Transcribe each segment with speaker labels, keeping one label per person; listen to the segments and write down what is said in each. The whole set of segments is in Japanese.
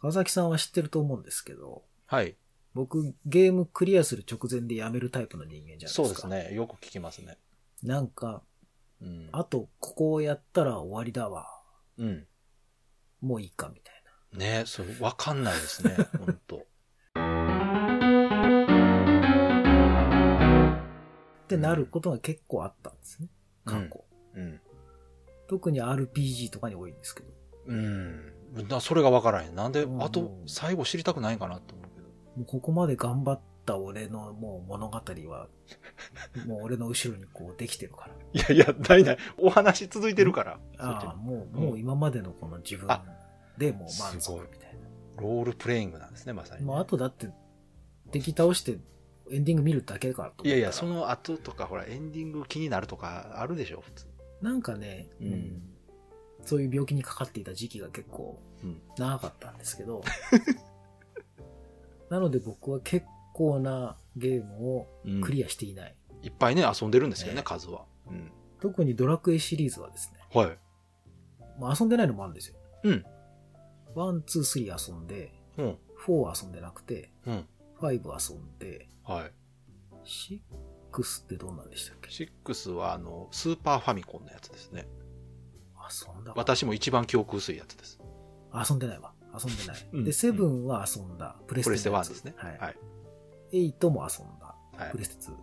Speaker 1: 川崎さんは知ってると思うんですけど、
Speaker 2: はい。
Speaker 1: 僕、ゲームクリアする直前でやめるタイプの人間じゃないですか。
Speaker 2: そうです。ね。よく聞きますね。
Speaker 1: なんか、
Speaker 2: うん。
Speaker 1: あと、ここをやったら終わりだわ。
Speaker 2: うん。
Speaker 1: もういいか、みたいな。
Speaker 2: ねそれ、わかんないですね。本当
Speaker 1: ってなることが結構あったんですね。過去。
Speaker 2: うん。
Speaker 1: 特に RPG とかに多いんですけど。
Speaker 2: うん。なそれがわからへん。なんで
Speaker 1: う、ん
Speaker 2: あと、最後知りたくないかなと思うけど。
Speaker 1: もうここまで頑張った俺のもう物語は、 もう俺の後ろにこうできてるから。
Speaker 2: いやいや、ないない。お話続いてるから。
Speaker 1: ああ、もう、
Speaker 2: うん
Speaker 1: もう今までのこの自分
Speaker 2: あ
Speaker 1: でもう満
Speaker 2: す
Speaker 1: 足
Speaker 2: ごい
Speaker 1: みたい
Speaker 2: ロールプレイングなんですね、まさ
Speaker 1: な。
Speaker 2: に。
Speaker 1: もうあとだって、敵倒してエンディング見るだけかと思ったら
Speaker 2: いやいや、その後とか、ほら、エンディング気になるとか、あるでしょ、普通。
Speaker 1: なんかね、
Speaker 2: うん
Speaker 1: そういう病気にかかっていた時期が結構
Speaker 2: うん
Speaker 1: 長かったんですけど、 なので僕は結構なゲームを
Speaker 2: うん
Speaker 1: クリアしていない。
Speaker 2: いっぱいね、遊んでるんですよね、
Speaker 1: ね
Speaker 2: 数は。うん。
Speaker 1: 特にドラクエシリーズはですね、
Speaker 2: はい。
Speaker 1: まあ、遊んでないのもあるんですよ。
Speaker 2: うん。
Speaker 1: ワン、ツー、スリー遊んで、
Speaker 2: うん。
Speaker 1: フォーは遊んでなくて、
Speaker 2: うん。
Speaker 1: ファイブ遊んで、
Speaker 2: はい。
Speaker 1: シックスってどんなんでしたっけ
Speaker 2: 6は、あの、スーパーファミコンのやつですね。
Speaker 1: 遊んだか
Speaker 2: 私も一番記憶薄いやつです。
Speaker 1: 遊んでないわ。遊んでない。
Speaker 2: うん
Speaker 1: で、セブンは遊んだ。プレステ
Speaker 2: プレステ
Speaker 1: のや
Speaker 2: 1
Speaker 1: つ
Speaker 2: ですね。
Speaker 1: はい。
Speaker 2: はい。
Speaker 1: エイトも遊んだ。
Speaker 2: はい
Speaker 1: プレステ2。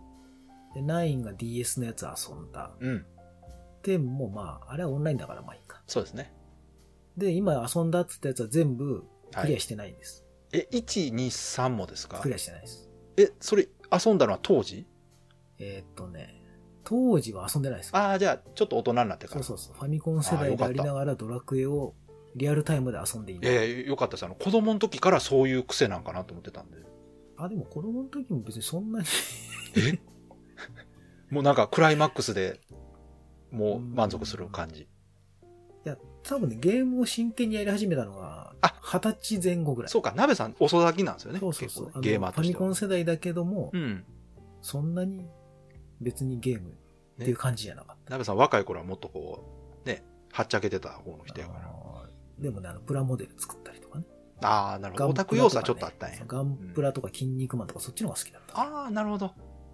Speaker 1: で、9が DS のやつ遊んだ。
Speaker 2: うん。
Speaker 1: でも、まあ、あれはオンラインだからまあいいか。
Speaker 2: そうですね。
Speaker 1: で、今遊んだっつったやつは全部
Speaker 2: は
Speaker 1: クリア
Speaker 2: い。
Speaker 1: してないんです。
Speaker 2: え、1、2、3もですか
Speaker 1: クリアしてないです。
Speaker 2: え、それ、遊んだのは当時
Speaker 1: えーっとね、当時は遊んでないです。
Speaker 2: ああ、じゃあ、ちょっと大人になってか
Speaker 1: そ
Speaker 2: ら。
Speaker 1: うそうそう。ファミコン世
Speaker 2: あー
Speaker 1: 代
Speaker 2: よ
Speaker 1: で
Speaker 2: かっ
Speaker 1: あ
Speaker 2: た
Speaker 1: りながらドラクエをリアルタイムで遊んでいない。
Speaker 2: ええよかったです。あの、子供の時からそういう癖なんかなと思ってたんで。
Speaker 1: あ、でも子供の時も別にそんなに
Speaker 2: もうなんか、クライマックスで、もう満足する感じ。
Speaker 1: いや、多分ね、ゲームを真剣にやり始めたのが
Speaker 2: あ、
Speaker 1: 二十歳前後ぐらい。
Speaker 2: そうか、鍋さん遅咲きなんですよね。
Speaker 1: そうそうそう
Speaker 2: 結。
Speaker 1: あ
Speaker 2: 構
Speaker 1: の
Speaker 2: ねゲーマー
Speaker 1: ファ
Speaker 2: とし
Speaker 1: ミ
Speaker 2: て
Speaker 1: コ
Speaker 2: は
Speaker 1: ン。世代だけども、
Speaker 2: うん。
Speaker 1: そんなに別にゲームっていう感じじゃなかっ
Speaker 2: 鍋さん若い頃はもっとこう、ね、はっちゃけてた方の
Speaker 1: た。
Speaker 2: 人やから。
Speaker 1: あーでもね、あの、プラモデル作ったりとかね。
Speaker 2: ああ、なるほど。オタ
Speaker 1: プラとか
Speaker 2: ク
Speaker 1: ね
Speaker 2: 要素はちょっとあったんや
Speaker 1: そう。ガンプラとか筋肉マンとかそっちの方が好きだった。
Speaker 2: ああ、なるほど。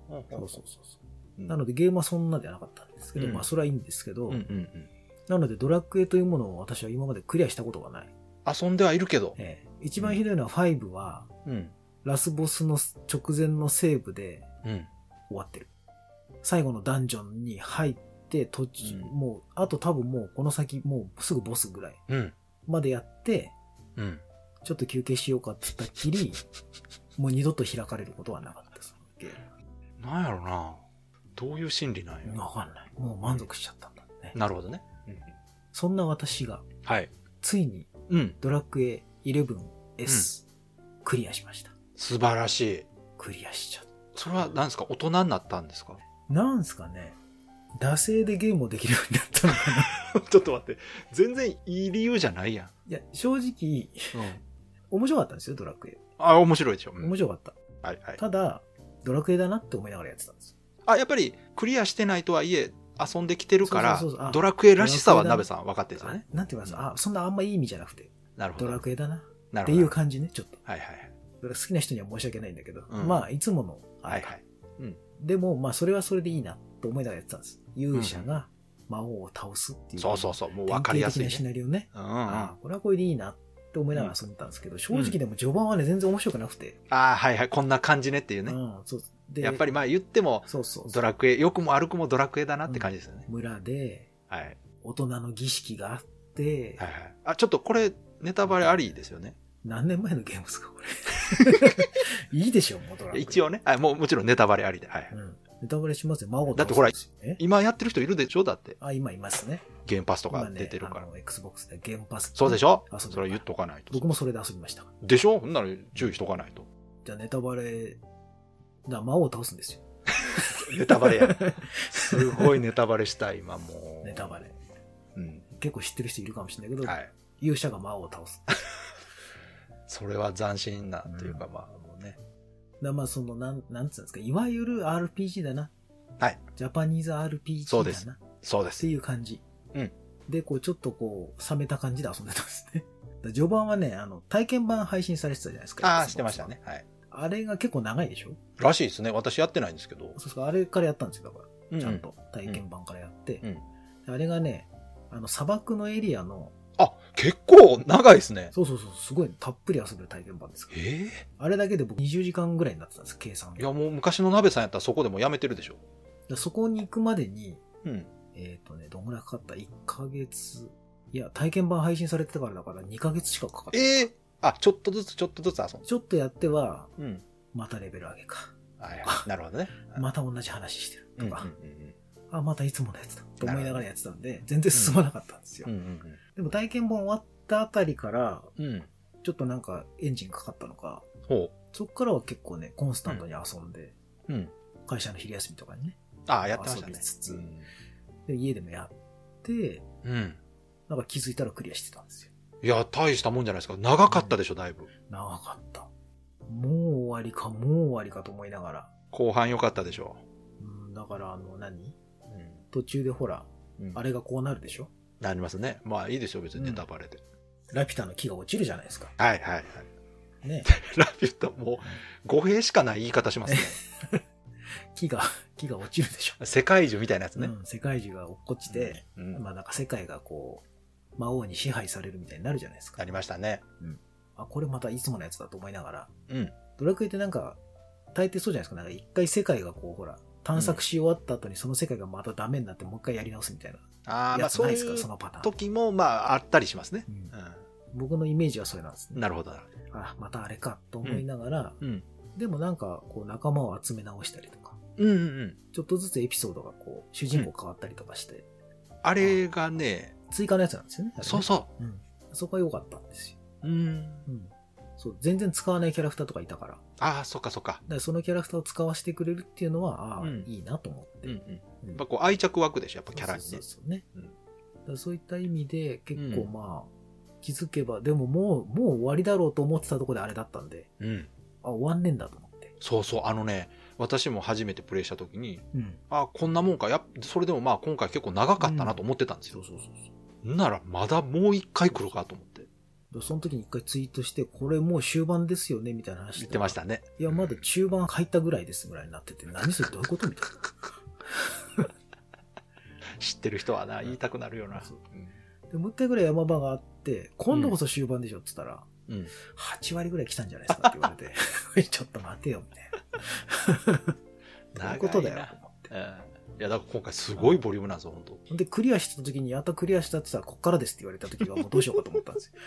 Speaker 1: そうそうそうそう。
Speaker 2: うん
Speaker 1: なのでゲームはそんなじゃなかったんですけど、
Speaker 2: うん
Speaker 1: まあそれはいいんですけど、
Speaker 2: うんうんうん。
Speaker 1: なのでドラクエというものを私は今までクリアしたことがない。
Speaker 2: 遊んではいるけど。
Speaker 1: ええ一番ひどいのは5は、
Speaker 2: うん。
Speaker 1: ラスボスの直前のセーブで
Speaker 2: うん。
Speaker 1: 終わってる。最後のダンジョンに入って、途中、
Speaker 2: うん
Speaker 1: もう、あと多分もうこの先、もうすぐボスぐらい
Speaker 2: うん。
Speaker 1: までやって、
Speaker 2: うん。
Speaker 1: ちょっと休憩しようかって言ったっきり、もう二度と開かれることはなかったです。ゲー
Speaker 2: なんやろな。どういう心理なん
Speaker 1: ム
Speaker 2: や。
Speaker 1: わかんない。もう満足しちゃったんだね。
Speaker 2: なるほどね。うん
Speaker 1: そんな私が、
Speaker 2: はい。
Speaker 1: ついに
Speaker 2: うん。
Speaker 1: ドラクエ 11S、クリアしました。
Speaker 2: 素晴らしい。
Speaker 1: クリアしちゃった。
Speaker 2: それは何ですか大人になったんですか
Speaker 1: なんすかね、惰性でゲームをできるようになったのかな。
Speaker 2: ちょっと待って。全然いい理由じゃないやん。
Speaker 1: いや、正直、
Speaker 2: うん。
Speaker 1: 面白かったんですよ、ドラクエ。
Speaker 2: あ、面白いでしょ。うん
Speaker 1: 面白かった。
Speaker 2: はいはい。
Speaker 1: ただ、ドラクエだなって思いながらやってたんです。
Speaker 2: あ、やっぱりクリアしてないとはいえ、遊んできてるから
Speaker 1: そうそうそうそうあ、
Speaker 2: ドラクエらしさは
Speaker 1: ドラクエ
Speaker 2: 鍋
Speaker 1: だ
Speaker 2: さん分かってるんですよ
Speaker 1: あ
Speaker 2: ね。
Speaker 1: なんて言いますあ、そんなあんまいい意味じゃなくて、
Speaker 2: なるほ
Speaker 1: ド
Speaker 2: ど。
Speaker 1: ラクエだな
Speaker 2: な
Speaker 1: っ
Speaker 2: る
Speaker 1: て
Speaker 2: ほど
Speaker 1: いう感じね、ちょっと。
Speaker 2: はいはいはい。
Speaker 1: それ好きな人には申し訳ないんだけど、
Speaker 2: うん
Speaker 1: まあ、いつものあ
Speaker 2: は
Speaker 1: れ
Speaker 2: い
Speaker 1: か、
Speaker 2: はい。
Speaker 1: でも、まあ、それはそれでいいなと思いながらやってたんです。勇者が魔王を倒すっていう。
Speaker 2: そうそうそう、もう分かりやすい
Speaker 1: 典型的なシ
Speaker 2: ね。
Speaker 1: ナリオね。
Speaker 2: うんうん。
Speaker 1: ああ
Speaker 2: あ、
Speaker 1: これはこれでいいなって思いながら遊んでたんですけど、正直でも序盤はね、全然面白くなくて。
Speaker 2: あ、はいはい、こんな感じねっていう
Speaker 1: う
Speaker 2: ね。
Speaker 1: ん、そう。で、
Speaker 2: やっぱりまあ言っても、
Speaker 1: そうそう
Speaker 2: ドラクエ、良くも悪くもドラクエだなって感じですよね。
Speaker 1: 村で、
Speaker 2: はい。
Speaker 1: 大人の儀式があって、
Speaker 2: はいはい。あ、ちょっとこれ、ネタバレありですよね。
Speaker 1: 何年前のゲームですか、 これ。いいでしょ、もうドラクエ
Speaker 2: 一応ね。はい、もうもちろんネタバレありで。はいはい。
Speaker 1: うん。ネタバレしますよ、魔王
Speaker 2: だってほら
Speaker 1: 倒すんですよね
Speaker 2: 今やってる人いるでしょだって。
Speaker 1: あ、今いますね。
Speaker 2: ゲームパスと
Speaker 1: 今
Speaker 2: か
Speaker 1: ね
Speaker 2: 出てるか
Speaker 1: あ
Speaker 2: ら。
Speaker 1: の Xbox でゲームパス。
Speaker 2: そうでしょ
Speaker 1: あそうだ
Speaker 2: それは言っとかないと
Speaker 1: 僕。もそれで遊びましたから。
Speaker 2: でしょほんなら注意しとかないと。
Speaker 1: じゃあネタバレ、だ魔王を倒すんですよ。
Speaker 2: ネタバレや。すごいネタバレしたい、今も う。
Speaker 1: ネタバレ。
Speaker 2: うん。
Speaker 1: 結構知ってる人いるかもしれないけど、
Speaker 2: はい。
Speaker 1: 勇者が魔王を倒す。だか
Speaker 2: それは斬新な、というか、まあ、もうね。
Speaker 1: らまあその、なん、なんつうんですか、いわゆる RPG だな。
Speaker 2: はい。
Speaker 1: ジャパニーズ RPG
Speaker 2: そう
Speaker 1: だ
Speaker 2: で
Speaker 1: な。
Speaker 2: すそうで
Speaker 1: っ
Speaker 2: す
Speaker 1: て。いう感じ。
Speaker 2: うん
Speaker 1: で、こう、ちょっとこう、冷めた感じで遊んでたんですね。った序盤はね、あの、体験版配信されてたじゃないですか。
Speaker 2: ああ、してましたね。。はい。
Speaker 1: あれが結構長いでしょ
Speaker 2: らしいですね。私やってないんですけど。
Speaker 1: そうそう、あれからやったんですよ、だから。
Speaker 2: う
Speaker 1: ちゃん。と体験版からやって。
Speaker 2: うん
Speaker 1: あれがね、あの、砂漠のエリアの、
Speaker 2: あ、結構長いですね。
Speaker 1: そうそうそう、すごいたっぷり遊べる体験版ですから
Speaker 2: え
Speaker 1: あれだけで僕20時間ぐらいになってたんです、計算
Speaker 2: え
Speaker 1: で
Speaker 2: いや、もう昔の鍋さんやったらそこでもうやめてるでしょ。
Speaker 1: でそこに行くまでに、
Speaker 2: うん。
Speaker 1: えっ、とね、どんぐらいかかった ?1 ヶ月。いや、体験版配信されてたからだから2ヶ月しかかかってない
Speaker 2: ええあ、ちょっとずつちょっとずつ遊
Speaker 1: ちょっとやっては、
Speaker 2: ぶ。うん。
Speaker 1: またレベル上げか。
Speaker 2: はいはい。なるほ どね。
Speaker 1: また同じ話してる
Speaker 2: うん
Speaker 1: と
Speaker 2: うん
Speaker 1: か、
Speaker 2: うん
Speaker 1: あ、またいつものやつだと思いながらやってたんで、全然進まなかったんですよ。
Speaker 2: うんうん
Speaker 1: でも体験本終わったあたりから、
Speaker 2: うん。うん。
Speaker 1: ちょっとなんかエンジンかかったのか、
Speaker 2: ほ
Speaker 1: そっからは結構ね、コンスタントに遊んで、
Speaker 2: う。うん。
Speaker 1: 会社の昼休みとかにね、
Speaker 2: ああ、やってました
Speaker 1: 遊
Speaker 2: ね
Speaker 1: びつ。つ
Speaker 2: うん
Speaker 1: で家でもやって、
Speaker 2: うん。
Speaker 1: なんか気づいたらクリアしてたんですよ。
Speaker 2: いや、大したもんじゃないですか。長かったでしょ、だいぶ。
Speaker 1: 長かった。もう終わりか、もう終わりかと思いながら。
Speaker 2: 後半良かったでしょ。
Speaker 1: うん、だからあの何、
Speaker 2: う
Speaker 1: 途中でほら、
Speaker 2: んうん
Speaker 1: あれがこうなるでしょ
Speaker 2: なりますね。まあいいでしょう、別に
Speaker 1: う
Speaker 2: ネ
Speaker 1: ん
Speaker 2: タバレで。
Speaker 1: ラピュタの木が落ちるじゃないですか。
Speaker 2: はいはいはい。
Speaker 1: ね。
Speaker 2: ラピュタもう語弊しかない言い方しますね。
Speaker 1: 木が、木が落ちるでしょ。
Speaker 2: 世界中みたいなやつね。
Speaker 1: うん、世界中が落っこちて、
Speaker 2: うん
Speaker 1: まあなんか世界がこう、魔王に支配されるみたいになるじゃないです
Speaker 2: な
Speaker 1: か。
Speaker 2: りましたね。
Speaker 1: あ、これまたいつものやつだと思いながら、
Speaker 2: うん。
Speaker 1: ドラクエってなんか、大抵そうじゃないですか。なんか一回世界がこう、ほら、探索し終わった後にその世界がまたダメになってもう一回やり直すみたい
Speaker 2: あ
Speaker 1: な
Speaker 2: あ、ま
Speaker 1: や
Speaker 2: あ
Speaker 1: つな
Speaker 2: そう
Speaker 1: い
Speaker 2: い
Speaker 1: ですか、そうのパターン。
Speaker 2: 時もまああったりしますね
Speaker 1: う。ん
Speaker 2: う
Speaker 1: 僕のイメージはそれなんです
Speaker 2: ん。
Speaker 1: ね。
Speaker 2: なるほどなるほど。
Speaker 1: あ、またあれかと思いながら、
Speaker 2: うん。
Speaker 1: でもなんかこう仲間を集め直したりとか、
Speaker 2: うんうんうん。
Speaker 1: ちょっとずつエピソードがこう、主人公変わったりとかして、
Speaker 2: あれがね、
Speaker 1: 追加のやつなんですよね。あれね
Speaker 2: そうそ
Speaker 1: うん。そこは良かったんですよ。
Speaker 2: う。うん。
Speaker 1: うん。そう、全然使わないキャラクターとかいたから、だか
Speaker 2: ああ、そっかそっか。
Speaker 1: らそのキャラクターを使わせてくれるっていうのは、ああ、
Speaker 2: うん
Speaker 1: いいなと思って。
Speaker 2: うんうん。
Speaker 1: うん
Speaker 2: やっぱこう愛着湧くでしょ、やっぱキャラに
Speaker 1: そ
Speaker 2: ね
Speaker 1: う。そうそうね。
Speaker 2: うん
Speaker 1: だからそういった意味で、結構
Speaker 2: うん
Speaker 1: まあ、気づけば、でももう、もう終わりだろうと思ってたところであれだったんで、
Speaker 2: うん。
Speaker 1: あ、終わんねえんだと思って。
Speaker 2: そうそう。あのね、私も初めてプレイした時に、
Speaker 1: うん。
Speaker 2: あこんなもんか。やっそれでもまあ今回結構長かったなと思ってたんです
Speaker 1: そ
Speaker 2: よ
Speaker 1: う。そうそうそう。
Speaker 2: ならまだもう一回来るかと思って
Speaker 1: でその時に一回ツイートして、これもう終盤ですよね、みたいな話
Speaker 2: 言ってました
Speaker 1: ら。
Speaker 2: たね。
Speaker 1: いや、まだ中盤入ったぐらいですぐらいになってて、何それどういうことみたい
Speaker 2: 知ってる人はな、言いたくなるよな
Speaker 1: そう。
Speaker 2: うん
Speaker 1: な。で、もう一回ぐらい山場があって、今度こそ終盤でしょって言ったら、
Speaker 2: うん、
Speaker 1: 8割ぐらい来たんじゃないですかって言われて、ちょっと待てよ、みたいな。どういうことだよ、と思って。
Speaker 2: うんいや、だから今回すごいボリュームなんですよ、本
Speaker 1: ほんで、クリアした時に、やったクリアしたって言ったら、こっからですって言われた時は、もうどうしようかと思ったんですよ。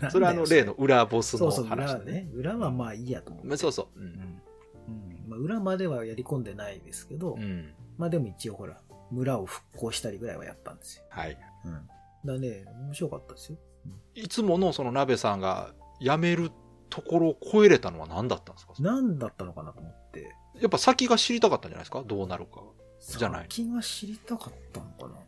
Speaker 2: 当。 それはあの例の裏ボス
Speaker 1: そ
Speaker 2: の
Speaker 1: うそう、裏
Speaker 2: 話
Speaker 1: は
Speaker 2: でね。
Speaker 1: ね。裏はまあいいやと思って。
Speaker 2: まあそうそう。う
Speaker 1: うんん。うん。まあ、裏まではやり込んでないですけど、
Speaker 2: うん。
Speaker 1: まあでも一応ほら、村を復興したりぐらいはやったんですよ。
Speaker 2: はい。
Speaker 1: うん。だね、面白かったですよ。
Speaker 2: いつものその鍋さんが辞めるところを超えれたのは何だったんですか
Speaker 1: 何だったのかなと思って。
Speaker 2: やっぱ先が知りたかったんじゃないですかどうなるか。じゃない
Speaker 1: 先が知りたかったのかな。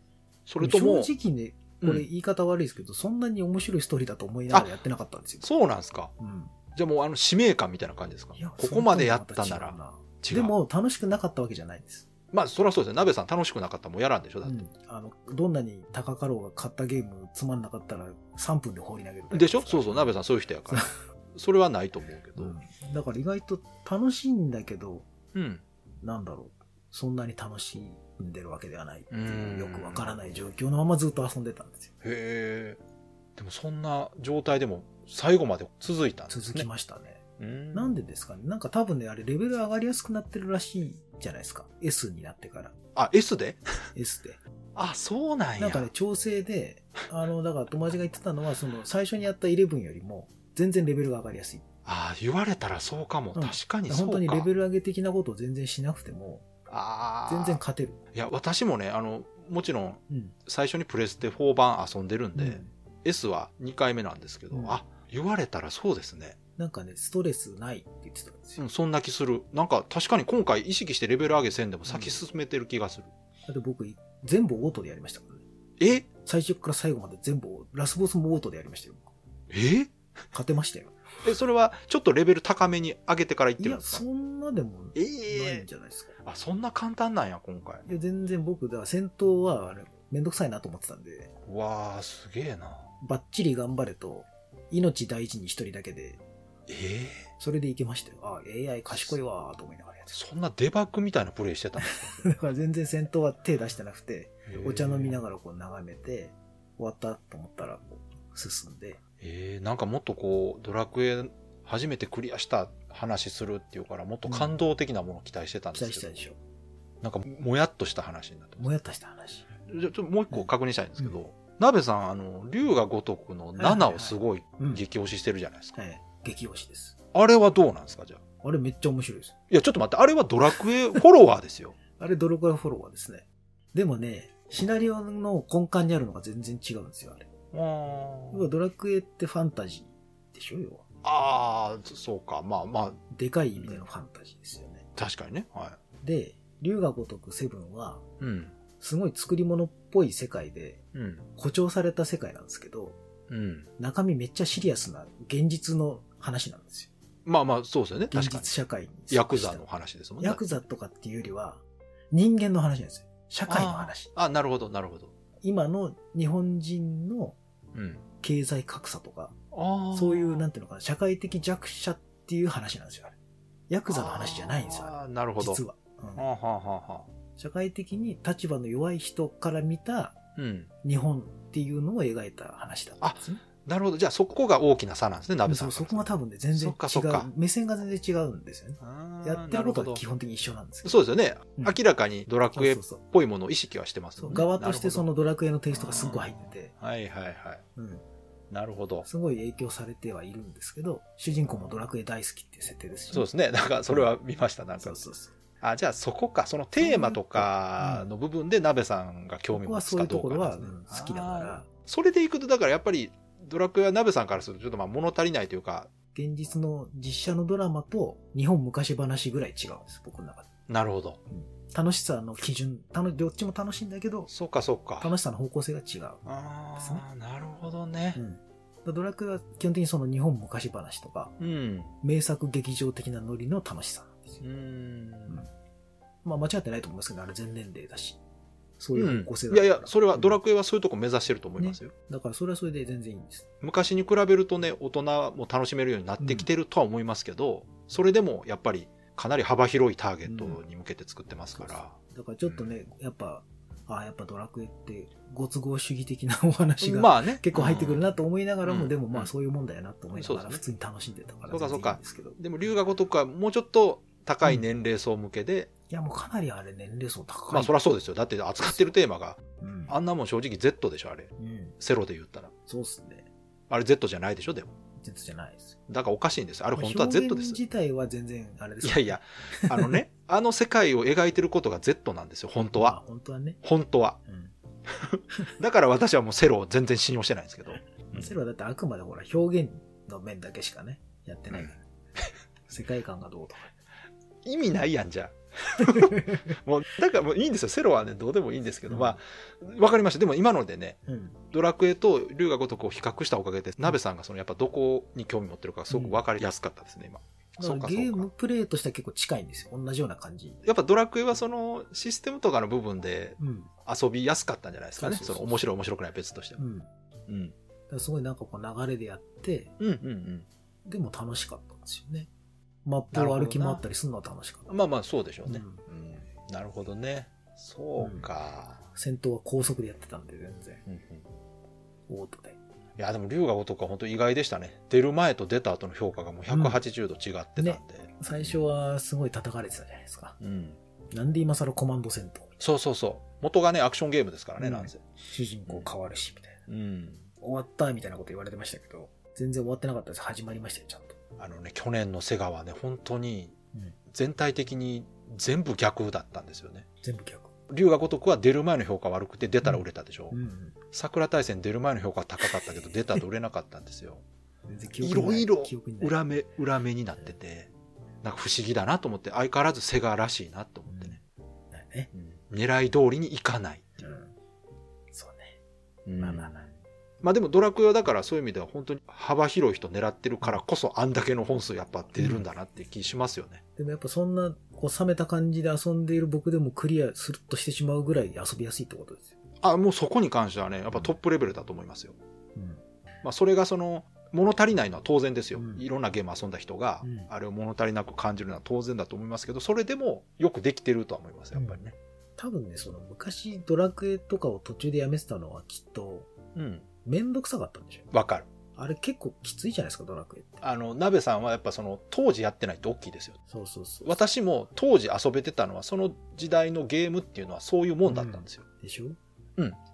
Speaker 2: それとも、
Speaker 1: 正直ね、
Speaker 2: う
Speaker 1: これ
Speaker 2: ん、
Speaker 1: 言い方悪いですけど、そんなに面白いストーリーだと思いながらやってなかったんですよ。
Speaker 2: そうなんですか
Speaker 1: うん。
Speaker 2: じゃあもうあの使命感みたいな感じですか
Speaker 1: いや
Speaker 2: ここまでやった
Speaker 1: そ
Speaker 2: な
Speaker 1: れと
Speaker 2: ら
Speaker 1: もま。た違う
Speaker 2: 違う。
Speaker 1: でも楽しくなかったわけじゃないんです。
Speaker 2: まあそりゃそうですよ。鍋さん楽しくなかったらもうやらんでしょだって。
Speaker 1: あのどんなに高かろうが買ったゲームつまんなかったら3分で放り投げるタイプ
Speaker 2: ですしょそうそう、鍋さんそういう人やから。それはないと思うけど。
Speaker 1: うんだから意外と楽しいんだけど、
Speaker 2: うん。
Speaker 1: なんだろう、そんなに楽しんでるわけではないって
Speaker 2: う
Speaker 1: い
Speaker 2: ん
Speaker 1: う、よくわからない状況のままずっと遊んでたんですよ。
Speaker 2: へえ。でもそんな状態でも最後まで続いたんですね。
Speaker 1: 続きましたね。
Speaker 2: うん
Speaker 1: なんでですかねなんか多分ね、あれレベル上がりやすくなってるらしいじゃないですか。S になってから。
Speaker 2: あ、S で
Speaker 1: S で。
Speaker 2: あ、そうなんや。
Speaker 1: なんかね、調整で、あの、だから友達が言ってたのは、その、最初にやった11よりも、全然レベルが上がりやすい。
Speaker 2: あ言われたらそうかも。
Speaker 1: うん
Speaker 2: 確かにそうか。
Speaker 1: 本当にレベル上げ的なことを全然しなくても、
Speaker 2: ああ。
Speaker 1: 全然。勝てる。
Speaker 2: いや、私もね、あの、もちろん
Speaker 1: うん。
Speaker 2: 最初にプレステ4版遊んでるんで、
Speaker 1: うん
Speaker 2: S は2回目なんですけど、
Speaker 1: うん
Speaker 2: あ、言われたらそうですね。
Speaker 1: なんかね、ストレスないって言ってたんです
Speaker 2: う
Speaker 1: よ。
Speaker 2: ん、そんな気する。なんか確かに今回意識してレベル上げせんでも先進めてる気がする。
Speaker 1: だって僕、全部オートでやりましたからね。
Speaker 2: え
Speaker 1: 最初から最後まで全部オート、ラスボスもオートでやりましたよ。
Speaker 2: え
Speaker 1: 勝てましたよ。
Speaker 2: え、それはちょっとレベル高めに上げてからいって
Speaker 1: い
Speaker 2: るん
Speaker 1: や、
Speaker 2: です
Speaker 1: そ
Speaker 2: か
Speaker 1: んなでもな
Speaker 2: え
Speaker 1: いん
Speaker 2: え
Speaker 1: じゃないですか。
Speaker 2: あ、そんな簡単なんや、今回。
Speaker 1: いや、全然僕、だから戦闘は、あれ、めんどくさいなと思ってたんで、
Speaker 2: わあすげえな。
Speaker 1: バッチリ頑張れと、命大事に一人だけで、
Speaker 2: えー、
Speaker 1: それでいけましたよ。ああ、AI 賢いわーと思いながらやってた
Speaker 2: そんなデバッグみたいなプレイしてたんですか
Speaker 1: だから全然戦闘は手出してなくて、お茶飲みな
Speaker 2: ら。
Speaker 1: がらこう眺めて、終わったと思ったらこう進んで、
Speaker 2: えー、なんかもっとこう、ドラクエ初めてクリアした話するっていうから、もっと感動的なものを期待してたんで
Speaker 1: 期
Speaker 2: す
Speaker 1: 待し
Speaker 2: け
Speaker 1: た
Speaker 2: ど、
Speaker 1: でしょ。
Speaker 2: なんかもやっとした話になってます
Speaker 1: もやったした話。
Speaker 2: じゃあちょっともう一個確認したいんですけど、鍋さん、あの、竜が如くの7をすごい
Speaker 1: うん。
Speaker 2: 激推ししてるじゃないですか。
Speaker 1: はい。激推しです。
Speaker 2: あれはどうなんですか、じゃあ。
Speaker 1: あれめっちゃ面白いです。
Speaker 2: いや、ちょっと待って、あれはドラクエフォロワー ですよ。
Speaker 1: あれドラクエフォロワーですね。でもね、シナリオの根幹にあるのが全然違うんですよ、あれ。
Speaker 2: あー
Speaker 1: 要はドラクエってファンタジーでしょ、要は。
Speaker 2: あー、そうか。まあまあ、
Speaker 1: でかい意味でのファンタジーですよね。
Speaker 2: 確かにね。は
Speaker 1: で、龍が如くセブンは、
Speaker 2: い。うん。
Speaker 1: すごい作り物っぽい世界で、
Speaker 2: うん。
Speaker 1: 誇張された世界なんですけど、
Speaker 2: うん。
Speaker 1: 中身めっちゃシリアスな現実の話なんですよ。
Speaker 2: まあまあ、そうですよね。
Speaker 1: 現
Speaker 2: 確かに
Speaker 1: 実。社会に。
Speaker 2: ヤクザの。話ですもんね。
Speaker 1: ヤクザとかっていうよりは、人間の話なんですよ。社会の話。
Speaker 2: あーあ、なるほど、なるほど。
Speaker 1: 今の日本人の
Speaker 2: うん。
Speaker 1: 経済格差とか、
Speaker 2: ああ。
Speaker 1: そういう、なんていうのかな、社会的弱者っていう話なんですよ、あれ。ヤクザの話じゃないんですよ、あ
Speaker 2: ああ、なる
Speaker 1: れ
Speaker 2: ほど。
Speaker 1: 実は、うん
Speaker 2: はあ、はあはあは
Speaker 1: 社会的に立場の弱い人から見た
Speaker 2: あ、うん。
Speaker 1: 日本っていうのを描いた話だったんですね。
Speaker 2: なるほど。じゃあ、そこが大きな差なんですね、鍋さ
Speaker 1: そ
Speaker 2: ん
Speaker 1: う
Speaker 2: からす
Speaker 1: そ
Speaker 2: ると。
Speaker 1: こが多分ね、全然
Speaker 2: そ
Speaker 1: 違
Speaker 2: っかそっか
Speaker 1: う。目線が全然違うんですよね。
Speaker 2: あー
Speaker 1: やってること
Speaker 2: な
Speaker 1: は
Speaker 2: ほど
Speaker 1: 基本的に一緒なんですけど。
Speaker 2: そうですよね、
Speaker 1: うん
Speaker 2: 明らかにドラクエっ
Speaker 1: そうそう
Speaker 2: ぽいものを意識はしてます
Speaker 1: そ
Speaker 2: も
Speaker 1: うん
Speaker 2: ね
Speaker 1: 側としてそ
Speaker 2: なる
Speaker 1: のドラクエのテイストがすっごい入ってて、
Speaker 2: ほどはいはいはい
Speaker 1: うん、
Speaker 2: なるほど
Speaker 1: すごい影響されてはいるんですけど、主人公もドラクエ大好きっていう設定ですし、。
Speaker 2: そうですすねなんかそれは見ましたなん
Speaker 1: そ
Speaker 2: か
Speaker 1: うそうそう。
Speaker 2: あじゃあそこかそのテーマとかの部分で鍋さんが興
Speaker 1: こ
Speaker 2: 味
Speaker 1: こ
Speaker 2: を
Speaker 1: は
Speaker 2: 持つ
Speaker 1: そうい
Speaker 2: か
Speaker 1: うと
Speaker 2: ど
Speaker 1: こ
Speaker 2: うか
Speaker 1: ろ
Speaker 2: な
Speaker 1: は、
Speaker 2: ん
Speaker 1: う
Speaker 2: ですね
Speaker 1: ん好きだから
Speaker 2: あ、ーそれでいくとだからやっぱりドラクエは鍋さんからするとちょっとまあ物足りないというか
Speaker 1: 現実の実写のドラマと日本昔話ぐらい違うんです、僕の中で。
Speaker 2: なるほど
Speaker 1: 楽しさの基準、たのどっちも楽しいんだけど、
Speaker 2: そうかそうか
Speaker 1: 楽しさの方向性が違う。
Speaker 2: あ
Speaker 1: ですね
Speaker 2: あなるほどね
Speaker 1: うん。ドラクエは基本的にその日本昔話とか、
Speaker 2: うん
Speaker 1: 名作劇場的なノリの楽しさなんです
Speaker 2: う
Speaker 1: よ。
Speaker 2: ん
Speaker 1: まあ間違ってないと思いますけど、あれ全年齢だし。そう
Speaker 2: う
Speaker 1: いうん方向性だ
Speaker 2: いやいやそれはドラ
Speaker 1: ク
Speaker 2: クエはそういうとこ目指してると思いますよ、
Speaker 1: だからそれはそれで全然いいんです。
Speaker 2: 昔に比べるとね大人も楽しめるようになってきてるとは思いますけど、それでもやっぱりかなり幅広いターゲットに向けて作ってますから、
Speaker 1: だからちょっとね、やっぱ、ああ、やっぱドラクエってご都合主義的なお話が
Speaker 2: まあね
Speaker 1: 結構入ってくるなと思いながらも、
Speaker 2: うん
Speaker 1: でもまあそういうもんだよなと思いなが
Speaker 2: そ
Speaker 1: ら
Speaker 2: うで
Speaker 1: 普
Speaker 2: す
Speaker 1: 通に楽しんでたから
Speaker 2: そうかそ
Speaker 1: 全然い
Speaker 2: う
Speaker 1: い
Speaker 2: か
Speaker 1: んですけど。
Speaker 2: うんでも龍が如くはもうちょっと高い年齢層向けで、
Speaker 1: いやもうかなりあれ年齢層高い。
Speaker 2: まあそりゃそうですよだって扱ってるテーマが
Speaker 1: うん。
Speaker 2: あんなもん正直 Z でしょあれ
Speaker 1: うん。
Speaker 2: セロで言ったら
Speaker 1: そうっすね。
Speaker 2: あれ Z じゃないでしょでも
Speaker 1: 実じゃないです。
Speaker 2: だからおかしいんですよあれ
Speaker 1: まあ
Speaker 2: 本当は Z で
Speaker 1: 表現
Speaker 2: す
Speaker 1: 自体は全然あれです
Speaker 2: い
Speaker 1: よ
Speaker 2: やいや、あ のねあの世界を描いてることが Z なんですよ本当
Speaker 1: まあ
Speaker 2: は
Speaker 1: 本当はね。
Speaker 2: 本当は
Speaker 1: うん。
Speaker 2: だから私はもうセロを全然信用してないんですけどうん
Speaker 1: セロはだってあくまでほら表現の面だけしかね、やってないから。世界観がどうとか。
Speaker 2: 意味ないやんじゃ あもうだからもういいんですよセロはねどうでもいいんですけど、
Speaker 1: うん
Speaker 2: まあわかりましたでも今のでね
Speaker 1: うん。
Speaker 2: ドラクエと龍が如くを比較したおかげで、鍋さんがそのやっぱどこに興味持ってるかすごく分かりやすかったですね今
Speaker 1: だか
Speaker 2: そう
Speaker 1: ら
Speaker 2: か
Speaker 1: ゲ
Speaker 2: そ
Speaker 1: ー
Speaker 2: うか
Speaker 1: ムプレイとしては結構近いんですよ。同じような感じ。
Speaker 2: やっぱドラクエはそのシステムとかの部分で
Speaker 1: うん。
Speaker 2: 遊びやすかったんじゃないですかね
Speaker 1: そう
Speaker 2: そ
Speaker 1: そうそう
Speaker 2: の面白い面白くない別として
Speaker 1: う
Speaker 2: も、
Speaker 1: ん。だ
Speaker 2: うん、
Speaker 1: からすごいなんかこう流れでやって、
Speaker 2: うんうん
Speaker 1: でも楽しかったんですよね。マップを歩き回ったりするのは楽しかった。
Speaker 2: うんまあまあそうでしょうね、
Speaker 1: うん
Speaker 2: うんなるほどねそうか、
Speaker 1: 戦闘は高速でやってたんで、全然。
Speaker 2: うんうん
Speaker 1: オートで。
Speaker 2: いやでも龍が如くは本当意外でしたね出る前と出た後の評価がもう180度違ってたんで、
Speaker 1: ね最初はすごい叩かれてたじゃないですか。
Speaker 2: うん、
Speaker 1: なんで今更コマンド戦闘
Speaker 2: そうそうそう元がねアクションゲームですからね、
Speaker 1: うん
Speaker 2: なんせ
Speaker 1: 主人公変わるし、みたいな。
Speaker 2: うん
Speaker 1: 終わったみたいなこと言われてましたけど、全然終わってなかったです。始まりましたよ、ちゃんと。
Speaker 2: あのね去年のセガはね本当に
Speaker 1: うん
Speaker 2: 全体的に全部逆だったんですよね
Speaker 1: 全部逆。
Speaker 2: 龍が如くは出る前の評価悪くて出たら売れたでしょ、
Speaker 1: うんうん。
Speaker 2: 桜大戦出る前の評価は高かったけど出たと売れなかったんですよ
Speaker 1: 全然記憶に
Speaker 2: いろ
Speaker 1: ない。
Speaker 2: いろ
Speaker 1: 記憶にない。
Speaker 2: 裏目裏目になっててなんか不思議だなと思って相変わらずセガらしいなと思ってね、
Speaker 1: うんだよね。
Speaker 2: 狙い通りにいかないって
Speaker 1: う
Speaker 2: い
Speaker 1: ん
Speaker 2: う、。
Speaker 1: そうね。
Speaker 2: うん
Speaker 1: まあまあまあ。
Speaker 2: まあでもドラクエはだからそういう意味では本当に幅広い人狙ってるからこそあんだけの本数やっぱ出るんだなって気しますよね、
Speaker 1: でもやっぱそんな、こう冷めた感じで遊んでいる僕でもクリアスルッとしてしまうぐらい遊びやすいってことですよ。
Speaker 2: あもうそこに関してはねやっぱトップレベルだと思いますよ、
Speaker 1: うん。
Speaker 2: まあ、それがその物足りないのは当然ですよ、
Speaker 1: うん
Speaker 2: いろんなゲーム遊んだ人が、
Speaker 1: うん
Speaker 2: あれを物足りなく感じるのは当然だと思いますけどそれでもよくできてるとは思いますやっぱりね、
Speaker 1: 多分ね、その昔ドラクエとかを途中でやめてたのはきっと、
Speaker 2: うん
Speaker 1: めんどくさかったんでしょうね
Speaker 2: わかる
Speaker 1: あれ結構きついじゃないですか、ドラクエって。
Speaker 2: あの鍋さんはやっぱその当時やってないって大きいですよ
Speaker 1: そうそうそう。
Speaker 2: 私も当時遊べてたのはその時代のゲームっていうのはそういうもんだったんですよ、
Speaker 1: でしょ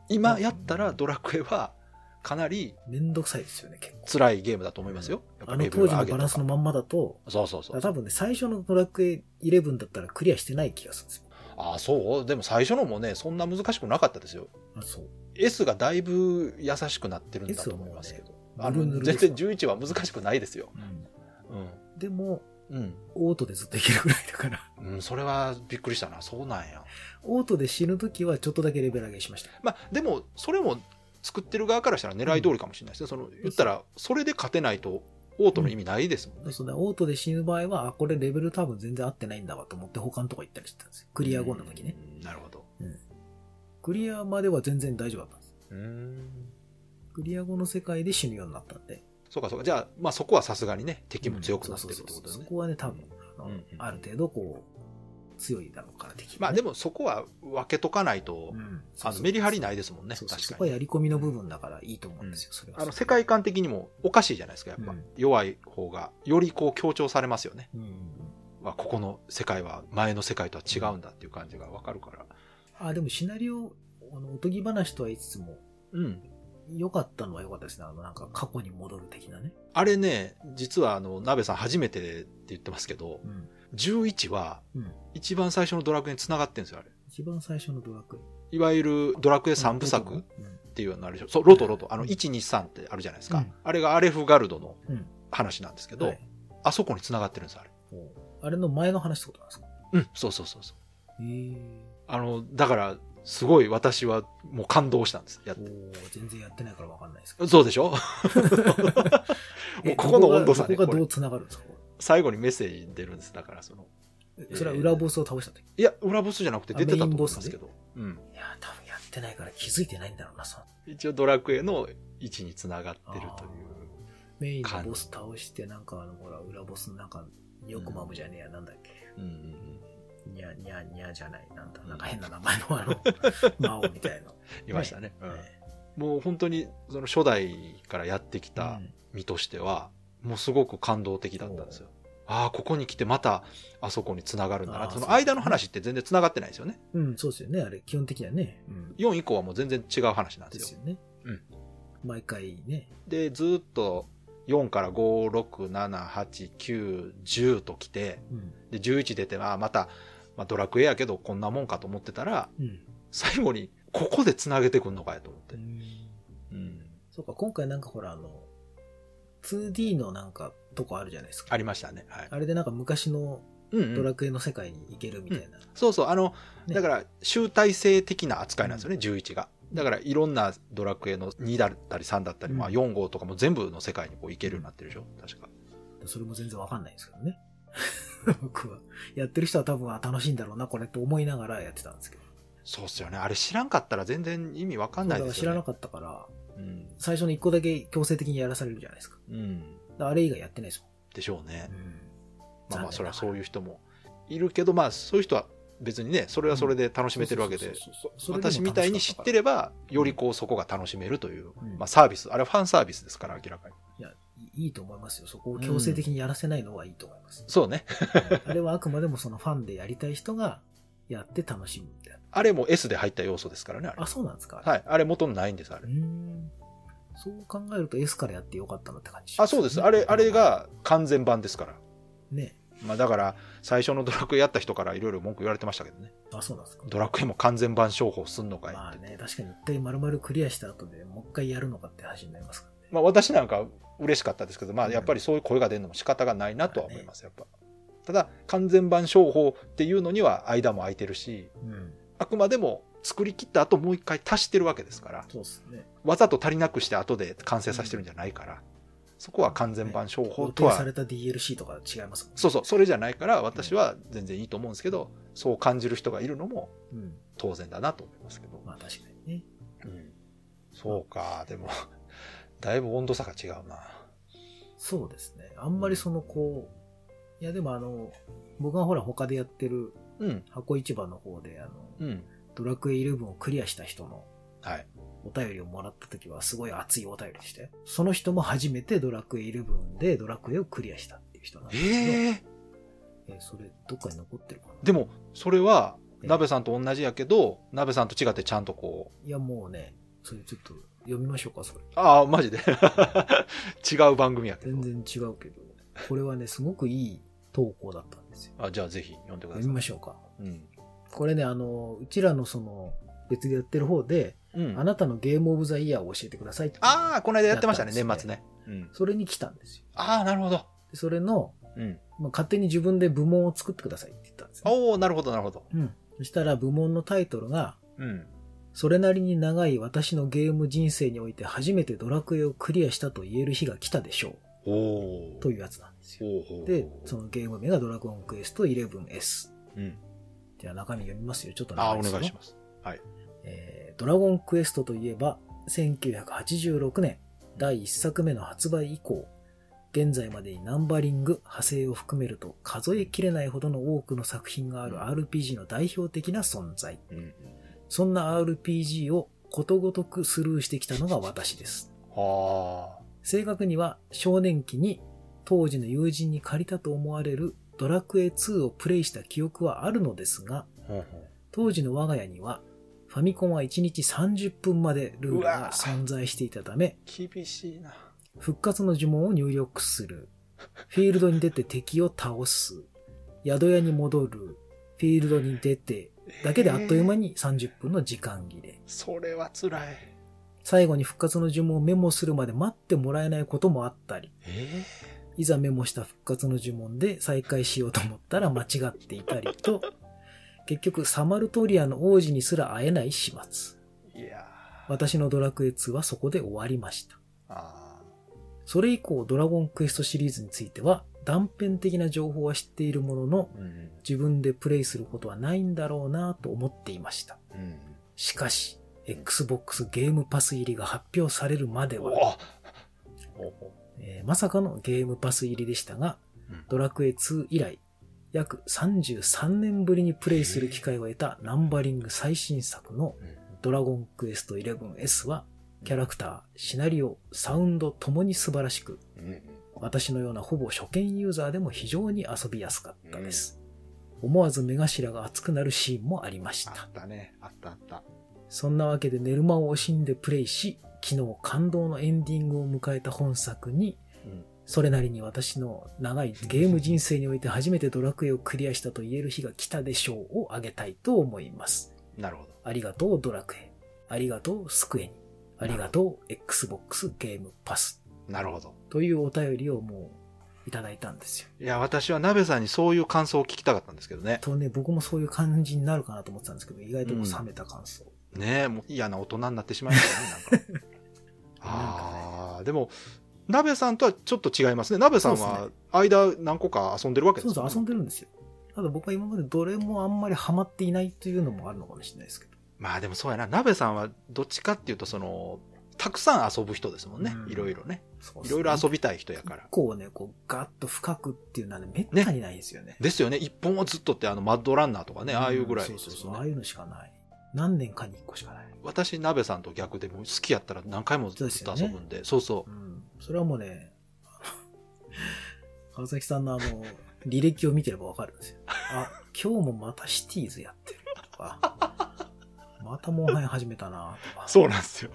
Speaker 2: 今やったらドラクエはかなり
Speaker 1: めんどくさいですよね、結構。
Speaker 2: 辛いゲームだと思いますよ、やっぱ
Speaker 1: あ
Speaker 2: レ
Speaker 1: の
Speaker 2: ベ
Speaker 1: 当
Speaker 2: ル
Speaker 1: 時
Speaker 2: 上
Speaker 1: のバ
Speaker 2: げと
Speaker 1: ラ
Speaker 2: か
Speaker 1: ンスのまんまだと、
Speaker 2: そうそうそう
Speaker 1: 多分ね、最初のドラクエ11だったらクリアしてない気がするんですよ。
Speaker 2: ああそうでも最初のもねそんな難しくなかったですよ
Speaker 1: あ、そう。
Speaker 2: S がだいぶ優しくなってるんだと思いますけど、あの
Speaker 1: ぬるぬるで
Speaker 2: 全
Speaker 1: す
Speaker 2: 然11は難しくないですよう
Speaker 1: でも、
Speaker 2: んうん
Speaker 1: オートでずっといけるぐらいだから、
Speaker 2: うん、それはびっくりしたなそうなんや
Speaker 1: オートで死ぬときはちょっとだけレベル上げしました。
Speaker 2: まあでもそれも作ってる側からしたら狙い通りかもしれないですね、その言ったらそれで勝てないとオートの意味ないですもんね、
Speaker 1: そうね、オートで死ぬ場合は、あ、これレベル多分全然合ってないんだわと思って他のとこ行ったりしてたんですよ。クリア後の時ね。
Speaker 2: うんなるほど
Speaker 1: クリアまでは全然大丈夫だったんです。
Speaker 2: うん
Speaker 1: クリア後の世界で死ぬようになったんで。
Speaker 2: そうかそうかじゃあ,、まあそこはさすがにね敵も強くなってるって
Speaker 1: そう
Speaker 2: こ
Speaker 1: そう
Speaker 2: と
Speaker 1: そうそ
Speaker 2: でね
Speaker 1: こはね、多分、あの
Speaker 2: うん
Speaker 1: ある程度こう、強いだろうから敵、
Speaker 2: まあでもそこは分けとかないと、
Speaker 1: も、うん
Speaker 2: あのメリハリ
Speaker 1: ない
Speaker 2: ないですもんね
Speaker 1: そうそうそこ
Speaker 2: 確か
Speaker 1: は
Speaker 2: に
Speaker 1: やり込みの部分だからいいと思うんですよ、それは。
Speaker 2: あの世界観的にもおかしいじゃないですかやっぱ、
Speaker 1: うん
Speaker 2: 弱い方がよりこう強調されますよね、
Speaker 1: うんうんうん。
Speaker 2: まあ、ここの世界は前の世界とは違うんだっていう感じが分かるから
Speaker 1: あ、でもシナリオ、あのおとぎ話とは言いつつも、
Speaker 2: うん
Speaker 1: 良かったのは良かったですね。あの、なんか過去に戻る的なね。
Speaker 2: あれね、実はあの、鍋さん初めてでって言ってますけど、
Speaker 1: うん。
Speaker 2: 11は
Speaker 1: うん。
Speaker 2: 一番最初のドラクエに繋がってるんですよ、あれ。
Speaker 1: 一番最初のドラクエ。
Speaker 2: いわゆるドラクエ3部
Speaker 1: う
Speaker 2: 作
Speaker 1: ん
Speaker 2: っていうのあるでしょ。そう、ロトロト。あの、
Speaker 1: うん
Speaker 2: 1、2、3ってあるじゃないですか。
Speaker 1: うん
Speaker 2: あれがアレフガルドの
Speaker 1: うん
Speaker 2: 話なんですけど、
Speaker 1: はい
Speaker 2: あそこに繋がってるんですよ、あれ。
Speaker 1: おあれの前の話ってことなんですか
Speaker 2: うん、そうそうそうそう。
Speaker 1: へ
Speaker 2: あの、だから、すごい私はもう感動したんです。やっ
Speaker 1: え。おー全然やってないから分かんないですけど。
Speaker 2: そうでしょ もうここの温度差
Speaker 1: で。
Speaker 2: ね
Speaker 1: ここ
Speaker 2: こ
Speaker 1: が
Speaker 2: れ
Speaker 1: どう繋がるんですかこ
Speaker 2: 最後にメッセージ出るんです。だから、その、
Speaker 1: れえそれは裏ボスを倒した時。
Speaker 2: いや、裏ボスじゃなくて出てたと
Speaker 1: あメイン
Speaker 2: 思うん
Speaker 1: ボ
Speaker 2: で
Speaker 1: ス
Speaker 2: すけど。う
Speaker 1: い
Speaker 2: ん。
Speaker 1: や、多分やってないから気づいてないんだろうな、その。
Speaker 2: 一応ドラクエの位置につながってるという
Speaker 1: メインのボス倒して、なんかあの、ほら、裏ボスのなんか、よくマムじゃねえや、なんだっけ。
Speaker 2: うんうんうん
Speaker 1: にゃ、にゃ、にゃじゃない、なんだ、なんか変な名前の あの、魔王みたいな。
Speaker 2: いましたね、うん
Speaker 1: ね
Speaker 2: もう本当にその初代からやってきた
Speaker 1: うん
Speaker 2: 身としては、もうすごく感動的だったんですよああここに来てまたあそこにつながるんだ
Speaker 1: あ
Speaker 2: な
Speaker 1: ー
Speaker 2: その間の話って全然つながってないですよね
Speaker 1: うん、そうですよね。あれ、基本的にはね。うん。
Speaker 2: 4以降はもう全然違う話なんで
Speaker 1: ですす
Speaker 2: よ
Speaker 1: よね。
Speaker 2: うん
Speaker 1: 毎回ね。
Speaker 2: でずーっと4から567890と来て
Speaker 1: うん。
Speaker 2: で11出てあーまた、まあ、ドラクエやけどこんなもんかと思ってたら
Speaker 1: うん。
Speaker 2: 最後にここでつなげてくんのかやと思って、うん
Speaker 1: そうか、今回なんかほら、あの、2D のなんかとこあるじゃないですか。
Speaker 2: ありましたね。はい。
Speaker 1: あれでなんか昔の
Speaker 2: うん
Speaker 1: ド
Speaker 2: うん
Speaker 1: ラクエの世界に行けるみたいな。
Speaker 2: そうそう。あの、
Speaker 1: ね
Speaker 2: だから集大成的な扱いなんですよね、11が。だからいろんなドラクエの2だったり3だったり、
Speaker 1: うん
Speaker 2: まあ4号とかも全部の世界にこう行けるようになってるでしょ確か。
Speaker 1: それも全然わかんないんですけどね。 僕は。やってる人は多分、あ、楽しいんだろうな、これと思いながらやってたんですけど。
Speaker 2: そうっすよね。あれ知らんかったら全然意味わかんない
Speaker 1: だか
Speaker 2: で
Speaker 1: ら
Speaker 2: す
Speaker 1: 知
Speaker 2: よ
Speaker 1: ら
Speaker 2: ね。
Speaker 1: なかったから、
Speaker 2: うん。
Speaker 1: 最初の1個だけ強制的にやらされるじゃないですか。
Speaker 2: うん。
Speaker 1: だからあれ以外やってないです
Speaker 2: でしょうね
Speaker 1: もん。。うん。
Speaker 2: まあまあ、それはそう
Speaker 1: う。
Speaker 2: いう人もいるけど、まあそういう人は別にね、それはそれで楽しめてるわけで、
Speaker 1: そうそうそうそう
Speaker 2: 私みたいに知ってれば、よりこうそこが楽しめるという、
Speaker 1: うん
Speaker 2: まあサービス、あれはファンサービスですから、明らかに。
Speaker 1: いや、いいいと思いますよ。そこを強制的にやらせないのはいいと思います。
Speaker 2: そうね。
Speaker 1: あれはあくまでもそのファンでやりたい人がやって楽しむみたいな。
Speaker 2: あれも S で入った要素ですからね、あれ。
Speaker 1: あ、そうなんですか、
Speaker 2: はい。あれ元のないんです、あ
Speaker 1: う
Speaker 2: れ
Speaker 1: ー。ん。そう考えると S からやってよかったなって感じし
Speaker 2: あ、
Speaker 1: ます
Speaker 2: そ
Speaker 1: ね、
Speaker 2: うです。あれ、あれが完全版ですから。
Speaker 1: ね。
Speaker 2: まあだから、最初のドラクエやった人からいろいろ文句言われてましたけどね。
Speaker 1: あ、そうなんですか。
Speaker 2: ドラクエも完全版商法すんのかいって。
Speaker 1: まあね、確かに一回丸々クリアした後でもう一回やるのかって話になりますからね。
Speaker 2: まあ私なんか嬉しかったですけど、まあやっぱりそういう声が出るのも仕方がないなとは思います、やっぱ。ただ、完全版商法っていうのには間も空いてるし、
Speaker 1: うん。
Speaker 2: あくまでも作り切った後もう一回足してるわけですから、
Speaker 1: そうですね。
Speaker 2: わざと足りなくして後で完成させてるんじゃないから、そこは完全版商
Speaker 1: 固
Speaker 2: 法と
Speaker 1: 定
Speaker 2: は
Speaker 1: された DLC とか違いますもんね。
Speaker 2: そうそう、それじゃないから私は全然いいと思うんですけど、そう感じる人がいるのも
Speaker 1: うん。
Speaker 2: 当然だなと思いますけど。
Speaker 1: まあ確かにね。
Speaker 2: うんそうか、でも、だいぶ温度差が違うな。
Speaker 1: そうですね。あんまりそのこう、いやでもあの、僕がほら他でやってる
Speaker 2: うん。
Speaker 1: 箱市場の方で、あの、
Speaker 2: うん。
Speaker 1: ドラクエ11をクリアした人の
Speaker 2: はい。
Speaker 1: お便りをもらった時はすごい熱いお便りでして、その人も初めてドラクエ11でドラクエをクリアしたっていう人なんですけど、
Speaker 2: ええ
Speaker 1: えーそれどっかに残ってるかな
Speaker 2: でも、それは、
Speaker 1: ええ
Speaker 2: 鍋さんと同じやけど、鍋さんと違ってちゃんとこう、
Speaker 1: いやもうね、それちょっと読みましょうか、それ。
Speaker 2: ああ、マジで 違う番組やけど
Speaker 1: 全。然違うけど、これはね、すごくいい投稿だったんですよ。
Speaker 2: あじゃあぜひ読んでくだ
Speaker 1: 読
Speaker 2: さい
Speaker 1: み。ましょうか。
Speaker 2: うん。
Speaker 1: これね、あの、うちらのその、別でやってる方で、
Speaker 2: うん。
Speaker 1: あなたのゲームオブザイヤーを教えてくださいって。
Speaker 2: ああ、この間やってましたね、
Speaker 1: やったん
Speaker 2: 年
Speaker 1: です
Speaker 2: 末ね。うん。
Speaker 1: それに来たんですよ。
Speaker 2: ああ、なるほど。
Speaker 1: でそれの、
Speaker 2: うん。
Speaker 1: まあ、勝手に自分で部門を作ってくださいって言ったんですよ。
Speaker 2: おおなるほど、なるほど。
Speaker 1: うん。そしたら部門のタイトルが、
Speaker 2: うん。
Speaker 1: それなりに長い私のゲーム人生において初めてドラクエをクリアしたと言える日が来たでしょ
Speaker 2: おお
Speaker 1: う。というやつなんですよ。
Speaker 2: ほうほう
Speaker 1: で、そのゲーム名がドラゴンクエスト 11S。
Speaker 2: うん。
Speaker 1: じゃあ中身読みますよ。ちょっと
Speaker 2: ああ、
Speaker 1: 長
Speaker 2: お
Speaker 1: ですよ
Speaker 2: 願いします。
Speaker 1: えードラゴンクエストといえば、1986年、第1作目の発売以降、現在までにナンバリング、派生を含めると数えきれないほどの多くの作品がある RPG の代表的な存在。
Speaker 2: うん。
Speaker 1: そんな RPG をことごとくスルーしてきたのが私です。
Speaker 2: はあ。
Speaker 1: 正確には少年期に当時の友人に借りたと思われるドラクエ2をプレイした記憶はあるのですが、
Speaker 2: ほう
Speaker 1: 当時の我が家にはファミコンは1日30分までルール
Speaker 2: うわ
Speaker 1: が存在していたため
Speaker 2: 厳しいな。
Speaker 1: 復活の呪文を入力するフィールドに出て敵を倒す宿屋に戻るフィールドに出てだけであっという間
Speaker 2: に。
Speaker 1: に30分の時間切れ
Speaker 2: それは辛い。
Speaker 1: 最後に復活の呪文をメモするまで待ってもらえないこともあったり
Speaker 2: え
Speaker 1: いざメモした復活の呪文で再開しようと思ったら間違っていたりと結局サマルトリアの王子にすら会えない始末
Speaker 2: えいやー
Speaker 1: 私のドラクエ2はそこで終わりました。
Speaker 2: あ
Speaker 1: それ以降、ドラゴンクエストシリーズについては、断片的な情報は知っているものの、
Speaker 2: ー。うん。
Speaker 1: 自分でプレイすることはないんだろうなと思っていました。
Speaker 2: うん。
Speaker 1: しかし、Xbox ゲームパス入りが発表されるまで
Speaker 2: お
Speaker 1: は、
Speaker 2: おお
Speaker 1: えーまさかのゲームパス入りでしたが、
Speaker 2: うん
Speaker 1: ドラクエ2以来、約33年ぶりにプレイする機会を得たナンバリング最新作の
Speaker 2: うん
Speaker 1: ドラゴンクエスト 11S は、キャラクター、シナリオ、サウンドともに素晴らしく、
Speaker 2: うん。
Speaker 1: 私のようなほぼ初見ユーザーでも非常に遊びやすかったです。思わず目頭が熱くなるシーンもありまし
Speaker 2: あ
Speaker 1: た
Speaker 2: っ。たね。あったあった。
Speaker 1: そんなわけで寝る間を惜しんでプレイし、昨日感動のエンディングを迎えた本作に、
Speaker 2: うん
Speaker 1: それなりに私の長いゲーム人生において初めてドラクエをクリアしたと言える日が来たでしょうをあげたいと思います。
Speaker 2: なるほど。
Speaker 1: ありがとうドラクエ。ありがとうスクエニ。ありがとう Xbox ゲームパス。
Speaker 2: なるほど。
Speaker 1: というお便りをもういただいたんですよ。
Speaker 2: いや、私は鍋さんにそういう感想を聞きたかったんですけどね。
Speaker 1: とね、僕もそういう感じになるかなと思ってたんですけど、意外とこう
Speaker 2: うん
Speaker 1: 冷めた感想。
Speaker 2: ねえ、もう嫌な大人になってしまい ましたね、なんか。ああ、でも、鍋さんとはちょっと違いますね。鍋さん
Speaker 1: そ
Speaker 2: は
Speaker 1: うで
Speaker 2: 間何個か遊んでるわけで
Speaker 1: そう
Speaker 2: す
Speaker 1: そう、遊んでるんですよ。ただ僕は今までどれもあんまりハマっていないというのもあるのかもしれないですけど。
Speaker 2: まあでもそうやな。鍋さんはどっちかっていうと、その、たくさん遊ぶ人ですもんね。
Speaker 1: うん
Speaker 2: いろいろね。
Speaker 1: そう
Speaker 2: いろいろ遊
Speaker 1: び
Speaker 2: びたい人やから
Speaker 1: 結。構ね、こう、ガッと深くっていうのはね、めったにないんですよね。
Speaker 2: ですよね。一本をずっとって、あの、マッドランナーとかね、ああいうぐらい
Speaker 1: ん
Speaker 2: で
Speaker 1: そうそう
Speaker 2: す
Speaker 1: そう、
Speaker 2: よ
Speaker 1: あ
Speaker 2: ね。
Speaker 1: あいうのしかない。何年かに1個しかない。
Speaker 2: 私、鍋さんと逆でもう好きやったら何回もずっと遊ぶんで。そうそうう。
Speaker 1: ん。それはもうね、 川崎さんのあの、履歴を見てればわかるんです よ。あ、今日もまたシティーズやってるとか、またモンハン始めたなとか。
Speaker 2: そうなんですよ。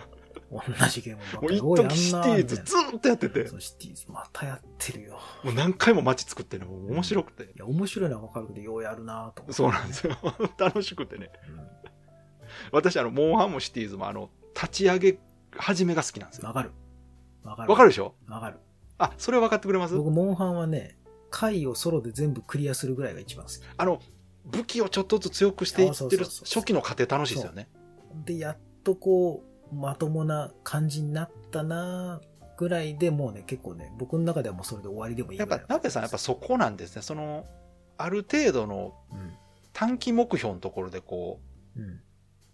Speaker 1: 同じゲームばっ
Speaker 2: も
Speaker 1: か
Speaker 2: う
Speaker 1: り
Speaker 2: 一
Speaker 1: おい
Speaker 2: 時シティーズ
Speaker 1: あんな
Speaker 2: ずーっとやって
Speaker 1: みたい
Speaker 2: て
Speaker 1: な。そうシティーズまたやってるよ
Speaker 2: もう何回も街作ってね、もう面白くて。
Speaker 1: いや面白いのはわかるけどようやるなと思って
Speaker 2: そうなんですよ。 楽しくてね。
Speaker 1: うんわ、
Speaker 2: 私、あの、モンハンもシティーズも、あの、立ち上げ始めが好きなんですよ。
Speaker 1: かるわかる
Speaker 2: わかるでしょ
Speaker 1: わかる
Speaker 2: あ、それ分かってくれます
Speaker 1: 僕モンハンはね回をソロで全部クリアするぐらいが一番好き
Speaker 2: あの、武器をちょっとずつ強くしてい
Speaker 1: あそ
Speaker 2: っ
Speaker 1: う
Speaker 2: て
Speaker 1: そう
Speaker 2: る
Speaker 1: そう
Speaker 2: 初期の過程楽しいですよね。
Speaker 1: でやっとこうまともな感じになったなぐらいでもうね結構ね僕の中ではもうそれで終わりでもいい
Speaker 2: やっぱ、
Speaker 1: な
Speaker 2: 鍋さん、やっぱそこなんですね。その、ある程度の短期目標のところで、こう、
Speaker 1: うん、うん、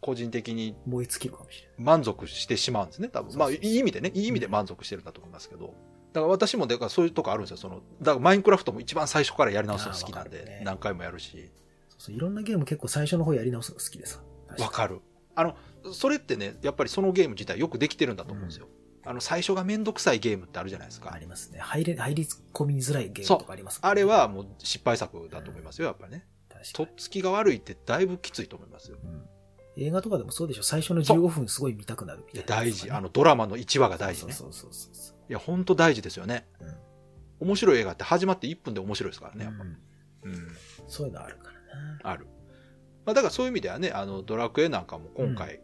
Speaker 2: 個人的に
Speaker 1: 燃え尽きるかもしれない
Speaker 2: 満足してしまうんですね、多
Speaker 1: そう
Speaker 2: 分。
Speaker 1: そう
Speaker 2: まあ、いい意味でね、いい意味で満足してるんだと思いますけど。だから私もだからそういうとこあるんですよ。その、だからマインクラフトも一番最初からやり直すの好きなん
Speaker 1: あーわかる
Speaker 2: で
Speaker 1: ね、
Speaker 2: 何回もやるし、
Speaker 1: そうそういろんなゲーム結構最初の方やり直すの好きでさ。
Speaker 2: わかる。あの、それってね、やっぱりそのゲーム自体よくできてるんだと思うんですよ。あの、最初がめんどくさいゲームってあるじゃないですか
Speaker 1: あ。りますね。入れ、入り込みづらいゲームとかあります、
Speaker 2: あれ、はもう失敗作だと思いますよ、やっぱね。
Speaker 1: 確か
Speaker 2: と
Speaker 1: に
Speaker 2: っつきが悪いってだいぶきついと思いますよ。
Speaker 1: うん映画とかでもそうでしょ。最初の15分すごい見たくなるみ
Speaker 2: い
Speaker 1: た
Speaker 2: や、
Speaker 1: いな、
Speaker 2: 大事。あの、、ドラマの1話が大事ね。
Speaker 1: そうそうそうそう
Speaker 2: いや、ほんと大事ですよね。
Speaker 1: そう。うん
Speaker 2: 面白い映画って始まって1分で面白いですからね、やっぱ。
Speaker 1: うん
Speaker 2: うん。
Speaker 1: そういうのあるからな。
Speaker 2: ある。まあ、だからそういう意味ではね、あの、ドラクエなんかも今回、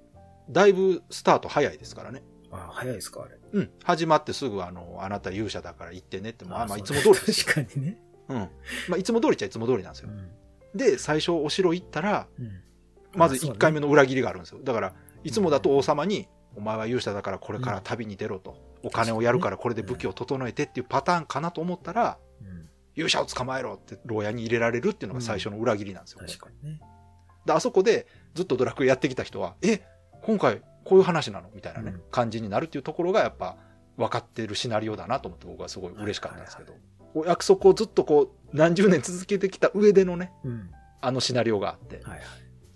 Speaker 2: だいぶスタート早いですからね。
Speaker 1: あ早いですか、あれ。
Speaker 2: うん。始まってすぐ、あの、あなた勇者だから行ってねって、まあ、まあ、いつも通りですよ。
Speaker 1: 確かにね。
Speaker 2: うん。まあ、いつも通りっちゃいつも通りなんです
Speaker 1: う
Speaker 2: よ。
Speaker 1: ん。
Speaker 2: で、最初お城行ったら、
Speaker 1: うん
Speaker 2: まず1回目の裏切りがあるんですよ。だから、いつもだと王様に、お前は勇者だからこれから旅に出ろと。お金をやるからこれで武器を整えてっていうパターンかなと思ったら、
Speaker 1: うん。
Speaker 2: 勇者を捕まえろって牢屋に入れられるっていうのが最初の裏切りなんですよ。
Speaker 1: 確かにね。
Speaker 2: で、あそこでずっとドラクエやってきた人は、え、今回こういう話なのみたいなね、
Speaker 1: うん
Speaker 2: 感じになるっていうところがやっぱ分かってるシナリオだなと思って僕はすごい嬉しかったんですけど、お約束をずっとこう何十年続けてきた上でのね、
Speaker 1: うん。
Speaker 2: あのシナリオがあって、
Speaker 1: はいはい。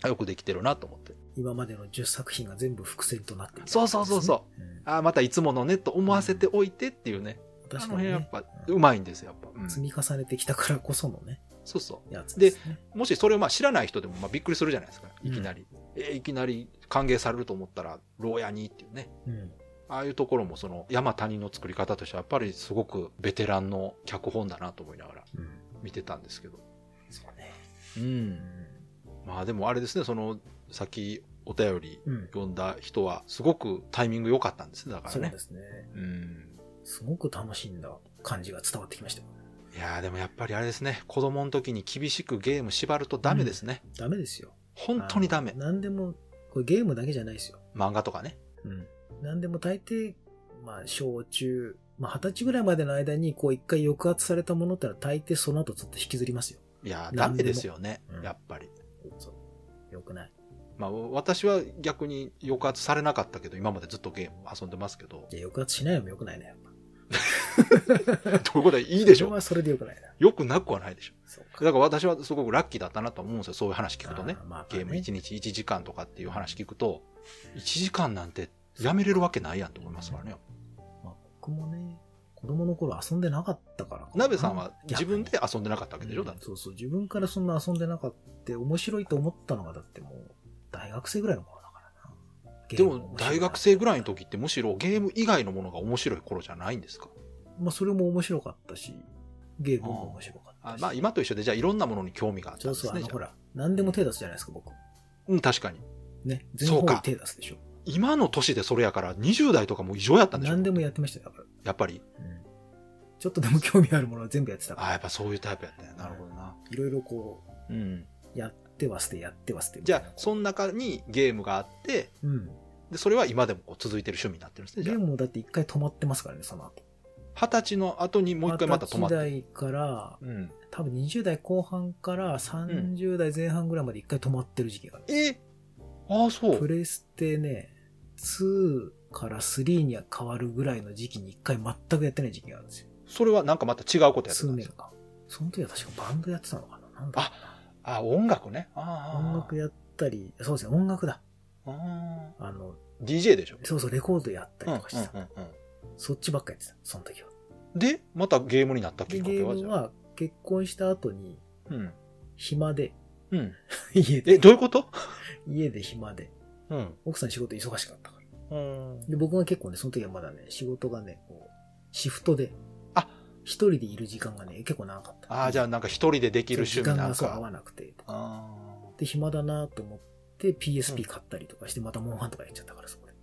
Speaker 2: よくできてるなと思って。
Speaker 1: 今までの10作品が全部伏線となっている、。
Speaker 2: そうそうそうそう
Speaker 1: うん、
Speaker 2: ああ、またいつものねと思わせておいてっていうね、あの
Speaker 1: 確かに、
Speaker 2: 辺や
Speaker 1: ね
Speaker 2: っ、ぱうまいんですよ、やっぱ。うん
Speaker 1: 積み重ねてきたからこそのね、
Speaker 2: そうそう。
Speaker 1: やつですね。
Speaker 2: もしそれをまあ知らない人でもまあびっくりするじゃないですか。いきなり。えーいきなり歓迎されると思ったら、牢屋にっていうね。
Speaker 1: うん。
Speaker 2: ああいうところもその山谷の作り方としてはやっぱりすごくベテランの脚本だなと思いながら
Speaker 1: うん。
Speaker 2: 見てたんですけど。
Speaker 1: そうね。
Speaker 2: う。
Speaker 1: うんん。
Speaker 2: まあでもあれですね、そのさっきお便り
Speaker 1: うん。
Speaker 2: 読んだ人はすごくタイミング良かったんですね、だから
Speaker 1: そう
Speaker 2: ね
Speaker 1: で。すね。
Speaker 2: うん。
Speaker 1: すごく楽しんだ感じが伝わってきましたよ。
Speaker 2: いやーでもやっぱりあれですね、子供の時に厳しくゲーム縛るとダメですね。
Speaker 1: ダメですよ。
Speaker 2: 本当にダメ
Speaker 1: あ。の何でも、これゲームだけじゃないですよ。
Speaker 2: 漫画とかね。
Speaker 1: うん。何でも大抵、まあ、小中、まあ、二十歳ぐらいまでの間に、こう、一回抑圧されたものってのは大抵その後ずっと引きずりますよ。
Speaker 2: いやーダ
Speaker 1: 何
Speaker 2: メ
Speaker 1: でも
Speaker 2: ですよね
Speaker 1: う、ん
Speaker 2: やっぱり。
Speaker 1: そう。よくない。
Speaker 2: まあ、私は逆に抑圧されなかったけど、今までずっとゲーム遊んでます けど、
Speaker 1: いや、抑圧しないのもよくないね。やっぱ
Speaker 2: どういうことはいいでし
Speaker 1: それ
Speaker 2: ょ
Speaker 1: はそれでよくないな。
Speaker 2: よくなくはないでしょ
Speaker 1: そう
Speaker 2: だから私はすごくラッキーだったなと思うんですよ、そういう話聞くとね
Speaker 1: あ。まあ
Speaker 2: ゲーム1日1時間とかっていう話聞くと、1時間なんてやめれるわけないやんと思いますからね。
Speaker 1: まあ、僕もね、子供の頃遊んでなかったからかな
Speaker 2: 鍋さんは自分で遊んでなかったわけでしょ、だっ
Speaker 1: うん
Speaker 2: て。
Speaker 1: そうそう、自分からそんな遊んでなかった、面白いと思ったのが、だってもう、大学生ぐらいの頃だからな。ゲ
Speaker 2: で
Speaker 1: ーム
Speaker 2: も、
Speaker 1: 面白
Speaker 2: 大
Speaker 1: な
Speaker 2: 学生ぐらいの。時ってむしろゲーム以外のものが面白い頃じゃないんですか
Speaker 1: まあ、それも面白かったし、ゲームも面白かった
Speaker 2: あ
Speaker 1: し。
Speaker 2: まあ、今と一緒で、じゃあいろんなものに興味があった
Speaker 1: そ
Speaker 2: ん
Speaker 1: う
Speaker 2: で
Speaker 1: そう、
Speaker 2: す
Speaker 1: あ
Speaker 2: ね、
Speaker 1: の、
Speaker 2: じゃ
Speaker 1: ほ
Speaker 2: あ。
Speaker 1: ら、何でも手出すじゃないですか、僕。
Speaker 2: うん、確かに。
Speaker 1: ね。全方
Speaker 2: そう
Speaker 1: 位
Speaker 2: か
Speaker 1: 手出すでしょ。
Speaker 2: 今の年でそれやから、20代とかもう異常やったんでしょ
Speaker 1: 何でもやってましたよ、だから。
Speaker 2: やっぱり、
Speaker 1: うんちょっとでも興味あるものは全部やってたか
Speaker 2: あ
Speaker 1: ら。
Speaker 2: あ、やっぱそういうタイプやったんやなるほどな。
Speaker 1: いろいろこう、
Speaker 2: うん。
Speaker 1: やっては捨て、やっては捨て。
Speaker 2: じゃあ、その中にゲームがあって、
Speaker 1: うん。
Speaker 2: で、それは今でもこう続いてる趣味になってるんですね。じ
Speaker 1: ゲ
Speaker 2: ゃ
Speaker 1: ー
Speaker 2: あ、
Speaker 1: ムもだって一回止まってますからね、その後。
Speaker 2: 二十歳の後にもう一回また止まって。
Speaker 1: 20代から、
Speaker 2: うん。
Speaker 1: 多分20代後半から30代前半ぐらいまで一回止まってる時期がある。
Speaker 2: えああ、そ
Speaker 1: プ
Speaker 2: う。
Speaker 1: レステね、2から3には変わるぐらいの時期に一回全くやってない時期があるんですよ。
Speaker 2: それはなんかまた違うことやってた
Speaker 1: 数
Speaker 2: んです
Speaker 1: 年
Speaker 2: よ。
Speaker 1: 間。その時は確かバンドやってたのかななんだ
Speaker 2: あ、音楽ね。ああ。
Speaker 1: 音楽やったり、そうですね、音楽だ。
Speaker 2: ああ
Speaker 1: あの、
Speaker 2: DJ でしょ。
Speaker 1: そうそう、レコードやった
Speaker 2: うん、う
Speaker 1: り
Speaker 2: ん、う
Speaker 1: とかしてた。
Speaker 2: ん。
Speaker 1: そっちばっかやってた、その時は。
Speaker 2: うんで、またゲームになったき
Speaker 1: で、
Speaker 2: っか
Speaker 1: ゲ
Speaker 2: けは
Speaker 1: ー
Speaker 2: じ
Speaker 1: ム
Speaker 2: ゃあ。
Speaker 1: は結婚した後に、
Speaker 2: うん。
Speaker 1: 暇で、
Speaker 2: うん。
Speaker 1: 家
Speaker 2: え、
Speaker 1: で、
Speaker 2: どういうこと
Speaker 1: 家で暇で、
Speaker 2: うん。
Speaker 1: 奥さん仕事忙しかったから。
Speaker 2: うん。
Speaker 1: で、僕が結構ね、その時はまだね、仕事がね、こう、シフトで、
Speaker 2: あ
Speaker 1: 一人でいる時間がね、結構長かった。
Speaker 2: ああ、じゃあなんか一人でできる趣味
Speaker 1: 時間
Speaker 2: な
Speaker 1: が
Speaker 2: ん
Speaker 1: そう合わ
Speaker 2: か。
Speaker 1: なくて、とか
Speaker 2: ああ。
Speaker 1: で、暇だなと思って、
Speaker 2: うん
Speaker 1: PSP 買ったりとかして、またモンハンとかやっちゃったから、そこで。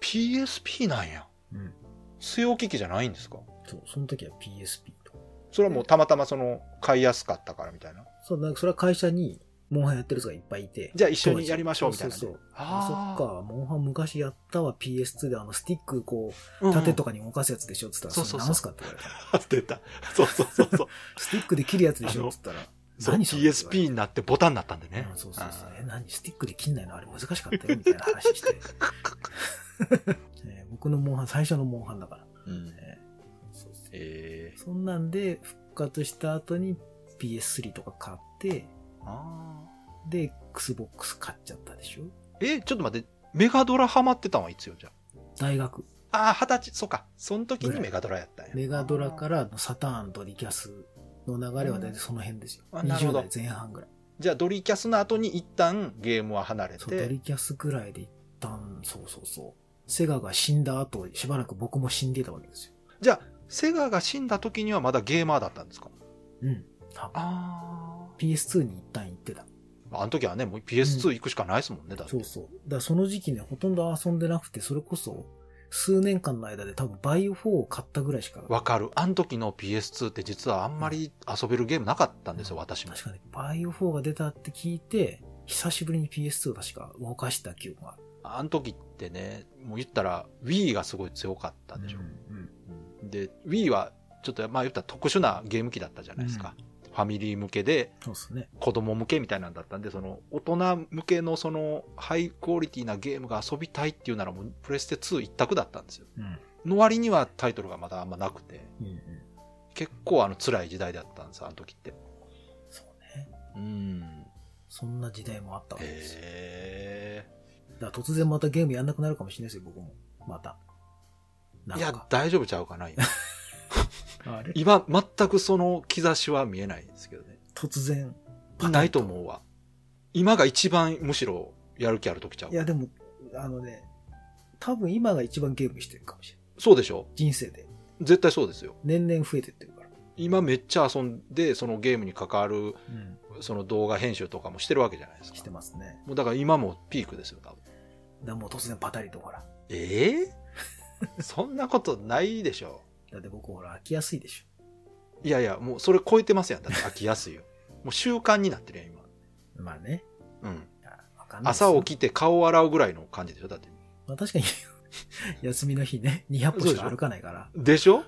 Speaker 2: PSP なんや。
Speaker 1: うん。
Speaker 2: 据え置き機じゃないんですか
Speaker 1: そう、その時は PSP と。
Speaker 2: それはもうたまたまその買いやすかったからみたいな。
Speaker 1: そう、なんかそれは会社に、モンハンやってる人がいっぱいいて。
Speaker 2: じゃあ一緒にやりましょうみたいな。
Speaker 1: そうそうそう。あ
Speaker 2: あ
Speaker 1: そっか、モンハン昔やったわ、PS2 であの、スティックこ
Speaker 2: ー
Speaker 1: う、縦と
Speaker 2: か。
Speaker 1: かに動かすやつでしょっつったら、
Speaker 2: そうそうそう
Speaker 1: 何すかって言われたら。
Speaker 2: 出た。そうそうそう そう。
Speaker 1: スティックで切るやつでしょっつったら。
Speaker 2: そう
Speaker 1: それって言われて
Speaker 2: PSP になってボタンになったんでね
Speaker 1: う。んそうそうそう。え、何スティックで切んないのあれ難しかったよみたいな話して。 ね僕のモンハン、最初のモンハンだから。
Speaker 2: うん
Speaker 1: ねそう
Speaker 2: え
Speaker 1: そんなんで復活した後に PS3 とか買って、
Speaker 2: ー、あ
Speaker 1: で、Xbox 買っちゃったでしょ
Speaker 2: ーえ、ちょっと待って、メガドラハマってたんはいつよ、じゃ
Speaker 1: 大学。
Speaker 2: あ。ああ、二十歳、そうか。その時にメガドラやったんや。
Speaker 1: メガドラからサターンとリキャスの流れは大体その辺ですよ。
Speaker 2: うんあなるほ
Speaker 1: 20
Speaker 2: ど
Speaker 1: 代前半ぐらい。
Speaker 2: じゃあドリキャスの後に一旦ゲームは離れ
Speaker 1: そう、ド
Speaker 2: て
Speaker 1: リ、キャスぐらいで一旦、そうそうそう。セガが死んだ後、しばらく僕も死んでたわけですよ。
Speaker 2: じゃあセガが死んだ時にはまだゲーマーだったんですか
Speaker 1: うん。多分
Speaker 2: あ
Speaker 1: PS2 に一旦行ってた。
Speaker 2: あ。あの時はね、もう PS2 行くしかないですもんね、だって
Speaker 1: そうそう。だからその時期ね、ほとんど遊んでなくて、それこそ、数年間の間で多分バイオ4を買ったぐらいしか。
Speaker 2: わかる。あの時の PS2 って実はあんまり遊べるゲームなかったんですよ、私も。
Speaker 1: 確かね、バイオ4が出たって聞いて、久しぶりに PS2 を確か動かした記憶がある。
Speaker 2: あの時ってね、もう言ったら Wii がすごい強かったでしょ。で、Wii はちょっとまあ言ったら特殊なゲーム機だったじゃないですか。ファミリー向けで
Speaker 1: そうですね。
Speaker 2: 子供向けみたいなんだったんで、その大人向けのそのハイクオリティなゲームが遊びたいっていうならもうプレステ2一択だったんですよ。
Speaker 1: うん。
Speaker 2: の割にはタイトルがまだあんまなくて、
Speaker 1: うんうん。
Speaker 2: 結構あの辛い時代だったんですよ、あの時って。
Speaker 1: そうね。
Speaker 2: うん。
Speaker 1: そんな時代もあったわけですよ。
Speaker 2: へ
Speaker 1: だから突然またゲームやんなくなるかもしれないですよ、僕も。また。
Speaker 2: え
Speaker 1: ないん
Speaker 2: や
Speaker 1: か、。
Speaker 2: 大丈夫ちゃうかな、今。
Speaker 1: あれ
Speaker 2: 今、全くその兆しは見えないですけどね。
Speaker 1: 突然。
Speaker 2: ないと思うわ。今が一番むしろやる気ある時ちゃう
Speaker 1: い。や、でも、あのね、多分今が一番ゲームしてるかもしれない。
Speaker 2: そうでしょ
Speaker 1: 人生で。
Speaker 2: 絶対そうですよ。
Speaker 1: 年々増えてってるから。
Speaker 2: 今めっちゃ遊んで、そのゲームに関わる、
Speaker 1: うん。
Speaker 2: その動画編集とかもしてるわけじゃないですか
Speaker 1: し。てますね。
Speaker 2: もうだから今もピークですよ、多分。
Speaker 1: だからもう突然パタリとほら。
Speaker 2: ええ そんなことないでしょ。
Speaker 1: だって僕ほら飽きやすいでし
Speaker 2: いやいや、もうそれ超えてますやん。だって飽きやすいよ。 もう習慣になってるやん、今。
Speaker 1: ょ。まあね。
Speaker 2: うん。
Speaker 1: あわかんないです
Speaker 2: 朝
Speaker 1: よ
Speaker 2: 起きて顔を洗うぐらいの感じでしょ、だって。
Speaker 1: まあ確かに、 休みの日ね、200歩しか歩かないから。
Speaker 2: でしょ
Speaker 1: うん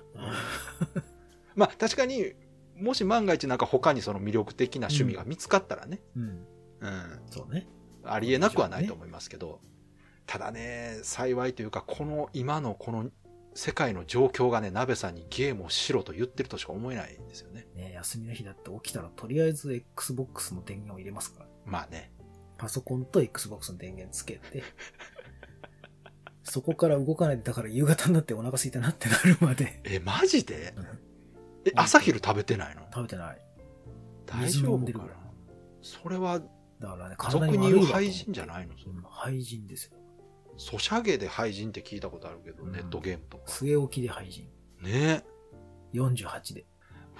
Speaker 2: まあ確かに、もし万が一なんか他にその魅力的な趣味が見つかったらね、
Speaker 1: うん。
Speaker 2: うん、
Speaker 1: そうね。
Speaker 2: ありえなくはないと思いますけど、ただね、幸いというか、この今のこの世界の状況がね、鍋さんにゲームをしろと言ってるとしか思えないんですよね。
Speaker 1: ね休みの日だって起きたらとりあえず Xbox の電源を入れますから。
Speaker 2: まあね。
Speaker 1: パソコンと Xbox の電源つけて、そこから動かないで、だから夕方になってお腹空いたなってなるまで。
Speaker 2: え、マジで
Speaker 1: うん
Speaker 2: え、朝昼食べてないの
Speaker 1: 食べてない。
Speaker 2: 大
Speaker 1: 水
Speaker 2: 丈
Speaker 1: 飲ん
Speaker 2: 夫
Speaker 1: で
Speaker 2: か
Speaker 1: る
Speaker 2: な
Speaker 1: ぐらい
Speaker 2: それは、
Speaker 1: だからね、体
Speaker 2: 俗
Speaker 1: に悪
Speaker 2: に
Speaker 1: い
Speaker 2: 言
Speaker 1: わと思
Speaker 2: う
Speaker 1: って
Speaker 2: 廃人じゃないのそ
Speaker 1: うんん廃人ですよ。
Speaker 2: ソシャゲで廃人って聞いたことあるけど、
Speaker 1: うん
Speaker 2: ネットゲームとか。
Speaker 1: 据え置きで廃人。
Speaker 2: ね
Speaker 1: 48で。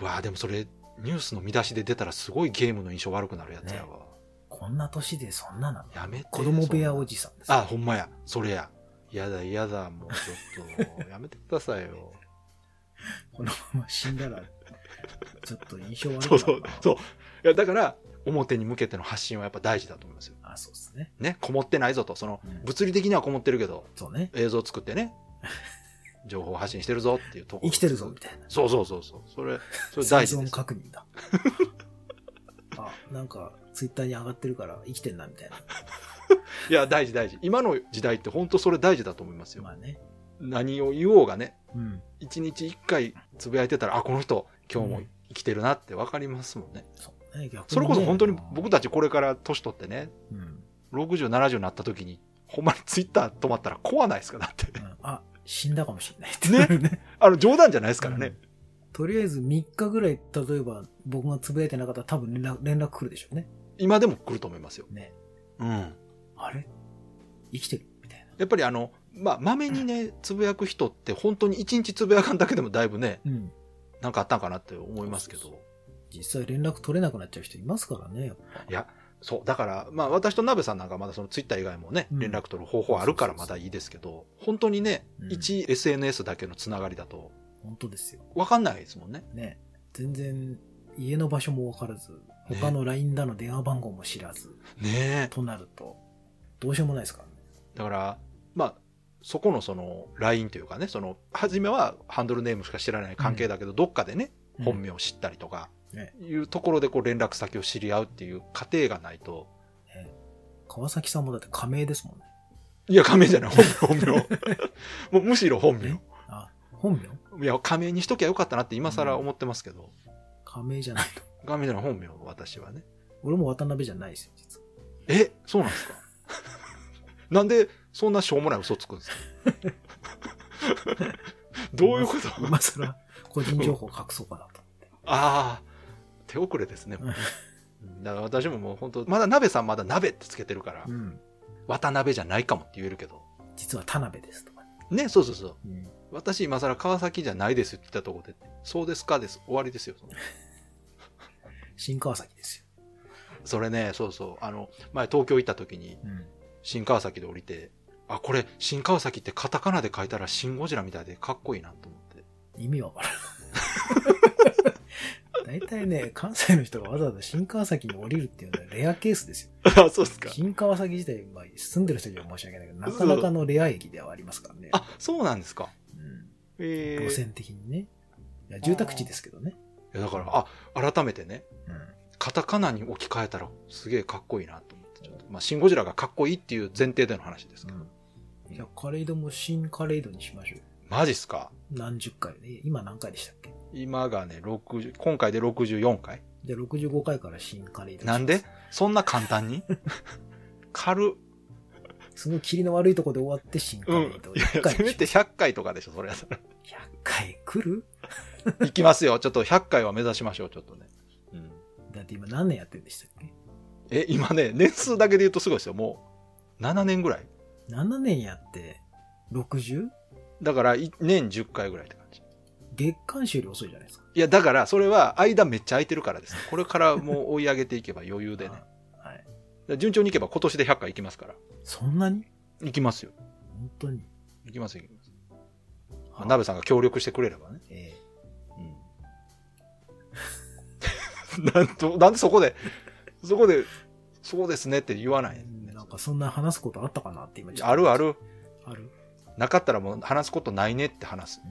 Speaker 2: うわあでもそれニュースの見出しで出たらすごいゲームの印象悪くなるやつやわ、
Speaker 1: こんな年でそんななの
Speaker 2: やめて
Speaker 1: 子供部屋
Speaker 2: そんな
Speaker 1: おじさんです。
Speaker 2: あほんまやそれややだやだもうちょっとやめてくださいよ
Speaker 1: このまま死んだら、ちょっと印象悪く
Speaker 2: そ
Speaker 1: な
Speaker 2: う
Speaker 1: るか
Speaker 2: そ
Speaker 1: な
Speaker 2: うそういやだから表に向けての発信はやっぱ大事だと思いますよ
Speaker 1: あ、そうですね。
Speaker 2: ねこもってないぞとその
Speaker 1: うん
Speaker 2: 物理的にはこもってるけど
Speaker 1: そうね。
Speaker 2: 映像作って ね情報発信してるぞっていうところ
Speaker 1: 生きてるぞ、みたいな。
Speaker 2: そうそうそうそうそれそれ大事
Speaker 1: 生存
Speaker 2: です
Speaker 1: 確認 だ。あ、なんか、ツイッターに上がってるから生きてんな、みたいな。
Speaker 2: いや大事大事今の時代って本当それ大事だと思いますよ
Speaker 1: まあね。
Speaker 2: 何を言おうがね
Speaker 1: うん。
Speaker 2: 一日一回つぶやいてたら、あ、この人、今日も生きてるなって分かりますもんね。
Speaker 1: そうね、逆にね
Speaker 2: それこそ本当に僕たちこれから年取ってね、
Speaker 1: うん。うん
Speaker 2: 60、70になった時に、ほんまにツイッター止まったら怖ないですかだ って。
Speaker 1: あ、死んだかもしれないって なるね。
Speaker 2: あの、冗談じゃないですから
Speaker 1: うん
Speaker 2: ね。
Speaker 1: とりあえず3日ぐらい、例えば僕がつぶやいてなかったら多分連絡連絡来るでしょうね。
Speaker 2: 今でも来ると思いますよ。
Speaker 1: ね。
Speaker 2: うん。
Speaker 1: あれ生きてるみたい
Speaker 2: やっぱりあの、まあ、まめに ね、つぶやく人って本当に一日つぶやかんだけでもだいぶね、
Speaker 1: な。うん。
Speaker 2: なんかあったんかなって思いますけ
Speaker 1: そう
Speaker 2: ど。
Speaker 1: 実際連絡取れなくなっちゃう人いますからね。やっぱ
Speaker 2: いや、そう、だから、まあ、私と鍋さんなんかまだそのツイッター以外もね、
Speaker 1: うん
Speaker 2: 連絡取る方法あるからまだいいですけど、本当にね、
Speaker 1: うん
Speaker 2: 一 SNS だけのつながりだと、
Speaker 1: 本当ですよ。
Speaker 2: わかんないですもんね。
Speaker 1: ね。全然、家の場所もわからず、他の LINE だの電話番号も知らず、
Speaker 2: ね
Speaker 1: となると、どうしようもないですからね。
Speaker 2: だから、まあ、そこのその、LINE というかね、その、初めはハンドルネームしか知らない関係だけど、どっかでね、本名を知ったりとか、
Speaker 1: ね
Speaker 2: いうところでこう連絡先を知り合うっていう過程がないと、
Speaker 1: ね川崎さんもだって仮名ですもんね。
Speaker 2: いや、仮名じゃない、本名、本名。もうむしろ本名
Speaker 1: え。あ、本名
Speaker 2: いや、仮名にしときゃよかったなって今更思ってますけど、
Speaker 1: 仮名じゃない の。
Speaker 2: 画面での本名、私はね。
Speaker 1: 俺も渡辺じゃないですよ、実は。
Speaker 2: え、そうなん ですかなんで、そんなしょうもない嘘つくんですか どういうこと
Speaker 1: 今更、個人情報隠そうかなと。
Speaker 2: ああ、手遅れですね。もうねだから私ももう本当、まだ鍋さんまだ鍋ってつけてるから、
Speaker 1: うん。
Speaker 2: 渡鍋じゃないかもって言えるけど。
Speaker 1: 実は田辺ですとかね。
Speaker 2: ね、そうそうそう。
Speaker 1: うん。
Speaker 2: 私今更川崎じゃないですって言ったとこで、そうですかです。終わりですよ。その
Speaker 1: 新川崎ですよ。
Speaker 2: それね、そうそう。あの、前東京行った時に
Speaker 1: うん。
Speaker 2: 新川崎で降りて、あ、これ新川崎ってカタカナで書いたらシンゴジラみたいでかっこいいなと思って。
Speaker 1: 意味わからない。 大体ね、関西の人がわざわざ新川崎に降りるっていうのはレアケースですよ。
Speaker 2: あ、そうですか
Speaker 1: 新川崎自体、まあ、住んでる人には申し訳ないけど、なかなかのレア駅ではありますからね。
Speaker 2: あ、そうなんですか。
Speaker 1: うん。
Speaker 2: え
Speaker 1: 路線的にね。いや住宅地ですけどね。
Speaker 2: いやだから、あ、改めてね、
Speaker 1: うん。
Speaker 2: カタカナに置き換えたらすげえかっこいいなと思って、ちょっと。まあ、シンゴジラがかっこいいっていう前提での話ですけど。
Speaker 1: じゃあカレイドも新カレイドにしましょう。
Speaker 2: マジっすか
Speaker 1: 何十回ね。今何回でしたっけ
Speaker 2: 今がね、60、今回で64回
Speaker 1: じゃあ65回から新カレイドにします
Speaker 2: なんでそんな簡単 に軽っ。
Speaker 1: その霧の悪いとこで終わって新カ
Speaker 2: うん。い
Speaker 1: レイド。
Speaker 2: や
Speaker 1: 100
Speaker 2: いや、
Speaker 1: 回
Speaker 2: せ
Speaker 1: で
Speaker 2: め
Speaker 1: しょ
Speaker 2: て100回とかでしょ、それやったら。
Speaker 1: 100回来る
Speaker 2: いきますよ。ちょっと100回は目指しましょう、ちょっとね。うん。
Speaker 1: だって今何年やってるんでしたっけ
Speaker 2: え、今ね、年数だけで言うとすごいですよ。もう、7年ぐらい。
Speaker 1: 7年やって 60?
Speaker 2: だから、い年10回ぐらいって感じ。
Speaker 1: 月間週より遅いじゃないですか。
Speaker 2: いや、だから、それは、間めっちゃ空いてるからですね。これからもう追い上げていけば余裕でね。
Speaker 1: あはい。
Speaker 2: で順調にいけば今年で100回いきますから。
Speaker 1: そんなに
Speaker 2: いきますよ。
Speaker 1: 本当に。
Speaker 2: いきますよ、いきます。
Speaker 1: あ
Speaker 2: 鍋さんが協力してくれればね。
Speaker 1: え
Speaker 2: うん。 なんと、なんでそこで、そこで、そうですねって言わない、
Speaker 1: え
Speaker 2: ね
Speaker 1: なん。かそんな話すことあったかなって今ちょっと
Speaker 2: あるあ。る。
Speaker 1: ある。
Speaker 2: なかったらもう話すことないねって話す。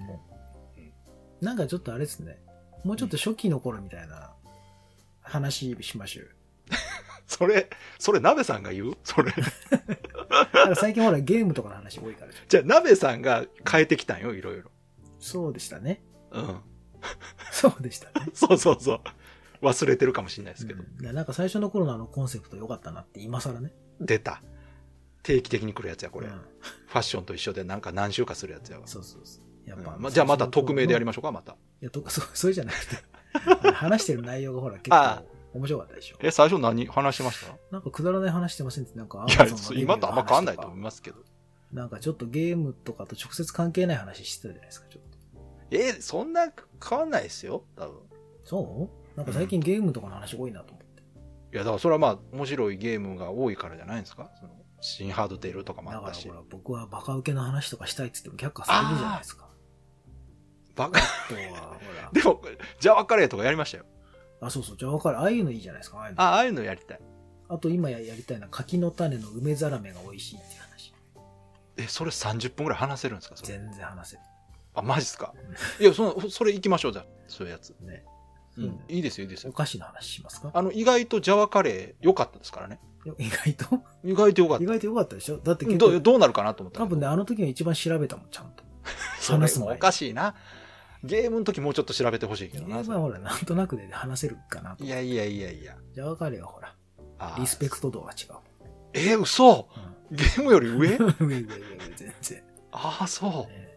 Speaker 1: なんかちょっとあれですね。もうちょっと初期の頃みたいな話しましょうよ。
Speaker 2: それ、それ、鍋さんが言うそれ。
Speaker 1: だから最近ほらゲームとかの話多いから でしょ
Speaker 2: じゃあ、鍋さんが変えてきたんよ、いろいろ。
Speaker 1: そうでしたね。
Speaker 2: うん。
Speaker 1: そうでした ね。
Speaker 2: そうそうそう。忘れてるかもしれないですけど。
Speaker 1: うんなんか最初の頃のあのコンセプト良かったなって今更ね。
Speaker 2: 出た。定期的に来るやつや、これ。
Speaker 1: う
Speaker 2: フ
Speaker 1: ん
Speaker 2: ァッションと一緒でなんか何週かするやつやわ。
Speaker 1: そうそうそう。やっぱ、
Speaker 2: うんまじゃあ、また匿名でやり
Speaker 1: ま
Speaker 2: ましょうか、また。
Speaker 1: いや、とそう、 それじゃなくて。あの話してる内容がほら結構
Speaker 2: あ
Speaker 1: 面白かったでしょ。
Speaker 2: え、最初何話してました
Speaker 1: なんかくだらない話してませんって、なんか
Speaker 2: い
Speaker 1: Amazon
Speaker 2: や
Speaker 1: のレ、ビュー
Speaker 2: 今とあんま変わんないと
Speaker 1: の話
Speaker 2: 思いますけど。
Speaker 1: なんかちょっとゲームとかと直接関係ない話してたじゃないですか、ちょっと。
Speaker 2: え、そんな変わんないですよ、多分。
Speaker 1: そうなんか最近ゲームとかの話多いなと思って。
Speaker 2: いや、だからそれはまあ、面白いゲームが多いからじゃないんですかその新ハードテールとかも
Speaker 1: だ
Speaker 2: あっ
Speaker 1: か
Speaker 2: た
Speaker 1: ら
Speaker 2: し
Speaker 1: ほ。ら、僕はバカ受けの話とかしたいって言っても却下されるじゃないですか。
Speaker 2: バカ。
Speaker 1: あとは、ほら。
Speaker 2: でも、ジャワカレーとかやりましたよ。
Speaker 1: あ、そうそう、じゃあ分かる。ああいうのいいじゃないですか、ああいうの。あ
Speaker 2: ああ、あいうのやりたい。
Speaker 1: と今ややりたいのは柿の種の梅ざらめが美味しいっていう話。
Speaker 2: え、それ30分ぐらい話せるんですかそれ
Speaker 1: 全然話せる。
Speaker 2: あ、マジっすかいや、その、それ行きましょう、じゃあ。そういうやつ。
Speaker 1: ね。
Speaker 2: うん。
Speaker 1: うん
Speaker 2: いいですよ、いいです
Speaker 1: お
Speaker 2: よ。
Speaker 1: 菓子の話しますか
Speaker 2: あの、意外とジャワカレー良かったですからね。
Speaker 1: いや意外と
Speaker 2: 意外と良かっ
Speaker 1: 意
Speaker 2: た。
Speaker 1: 外と良かったでしょだって結
Speaker 2: どう
Speaker 1: 構、
Speaker 2: どうなるかなと思ったけ
Speaker 1: 多
Speaker 2: ど。
Speaker 1: 分ね、あの時が一番調べたもん、ちゃんと。
Speaker 2: それ
Speaker 1: 話す前
Speaker 2: もおかしいな。ゲームの時もうちょっと調べてほしいけど
Speaker 1: ま
Speaker 2: な。
Speaker 1: あほら、なんとなくで話せるかなと。
Speaker 2: いやいやいやいや。
Speaker 1: じゃあ彼はほら、
Speaker 2: あー
Speaker 1: リスペクト度が違う。
Speaker 2: えー、嘘
Speaker 1: う
Speaker 2: ゲームより 上
Speaker 1: ん上上上上、全然。
Speaker 2: ああ、そ
Speaker 1: ね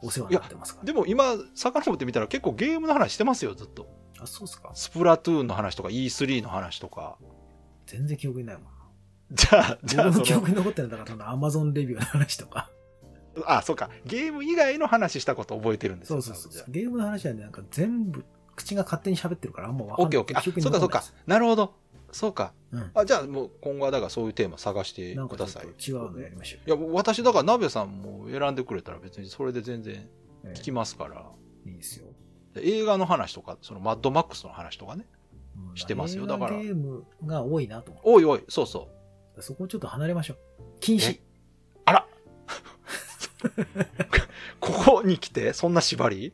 Speaker 1: お世話になってますか
Speaker 2: う。
Speaker 1: ら。
Speaker 2: でも今、遡ってみたら結構ゲームの話してますよ、ずっと。
Speaker 1: あ、そうっすか
Speaker 2: スプラトゥーンの話とか E3 の話とか。
Speaker 1: 全然記憶にないもん。
Speaker 2: じゃあ、 じゃあ
Speaker 1: 僕の
Speaker 2: そ
Speaker 1: 記
Speaker 2: の、
Speaker 1: 憶に残ってるのはだから、そのアマゾンレビューの話と か。
Speaker 2: あ、そうか。ゲーム以外の話したこと覚えてるんです
Speaker 1: そ
Speaker 2: よ。
Speaker 1: うそうそう
Speaker 2: 多分じゃあ
Speaker 1: ゲームの話はね、なんか全部、口が勝手に喋ってるから、あんまわかんな
Speaker 2: オッケ
Speaker 1: い。
Speaker 2: ーオッケー。あ、
Speaker 1: 記
Speaker 2: そ
Speaker 1: 憶
Speaker 2: う
Speaker 1: に
Speaker 2: かそう
Speaker 1: 残
Speaker 2: か。なるほど。そうか。
Speaker 1: らないです。
Speaker 2: あ、じゃあもう今後はだからそういうテーマ探して
Speaker 1: うん。なん
Speaker 2: く
Speaker 1: かちょ
Speaker 2: だ
Speaker 1: っと
Speaker 2: さい。
Speaker 1: 違うのやりましょ
Speaker 2: いや、もう私だから鍋さんも選んでくれたら別にそれで全然
Speaker 1: う。
Speaker 2: 聞きますから。
Speaker 1: ええいいですよ。
Speaker 2: 映画の話とか、そのマッドマックスの話とかね。
Speaker 1: うん
Speaker 2: してますよ
Speaker 1: 映画
Speaker 2: だから
Speaker 1: ゲームが多いなと思
Speaker 2: おいおい、そうそう。
Speaker 1: う。そこをちょっと離れましょう。禁止
Speaker 2: え。あらここに来てそんな縛り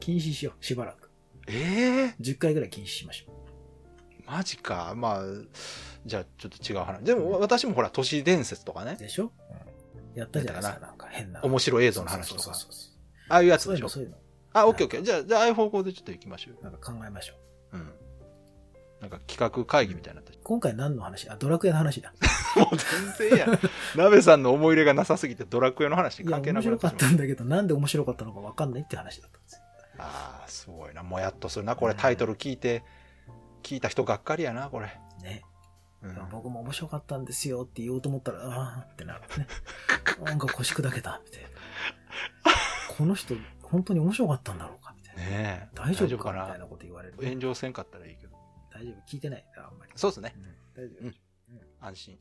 Speaker 1: 禁止しよう。しばらく。
Speaker 2: ええ
Speaker 1: 10回ぐらい禁止しましょ
Speaker 2: マジか。まあ、じゃあちょっと違う話。でも私もほら、都市伝説とかね
Speaker 1: う。、でしょやったじゃないですか。なんか変な。
Speaker 2: 面白い映像の話と
Speaker 1: そ
Speaker 2: か
Speaker 1: う。そうそうそう
Speaker 2: ああいうやつ
Speaker 1: そう
Speaker 2: で
Speaker 1: いう
Speaker 2: し
Speaker 1: の、。そ
Speaker 2: ょ
Speaker 1: ういうの。
Speaker 2: あ、オッケーオッケー。じゃあ、じゃあ、ああいう方向でちょっと行きましょうよ。
Speaker 1: なんか考えましょう。
Speaker 2: うん。なんか企画会議みたいに なってる。
Speaker 1: 今回何の話あ、ドラクエの話だ。
Speaker 2: もう全然やん。 鍋さんの思い入れがなさすぎてドラクエの話
Speaker 1: いや、
Speaker 2: 関係
Speaker 1: 面
Speaker 2: なく
Speaker 1: 白
Speaker 2: なって
Speaker 1: か
Speaker 2: し
Speaker 1: っ
Speaker 2: ま
Speaker 1: た
Speaker 2: うん
Speaker 1: だけど、なんで面白かったのか分かんないって話だったんですよ。
Speaker 2: ああ、すごいな。もやっとするな。これタイトル聞いて、聞いた人がっかりやな、これ。
Speaker 1: ね。
Speaker 2: うん
Speaker 1: まあ僕も面白かったんですよって言おうと思ったら、あーってなる ね。なんか腰砕けた、みたいな。この人、本当に面白かったんだろうか、みたいな。
Speaker 2: ねえ。
Speaker 1: 大丈夫か
Speaker 2: 大
Speaker 1: みたい
Speaker 2: な
Speaker 1: なこと言われる。
Speaker 2: 炎上せんかったらいいけど。
Speaker 1: 大丈夫聞いてないなあんまり。
Speaker 2: そうですね。
Speaker 1: 大丈夫。
Speaker 2: 安心。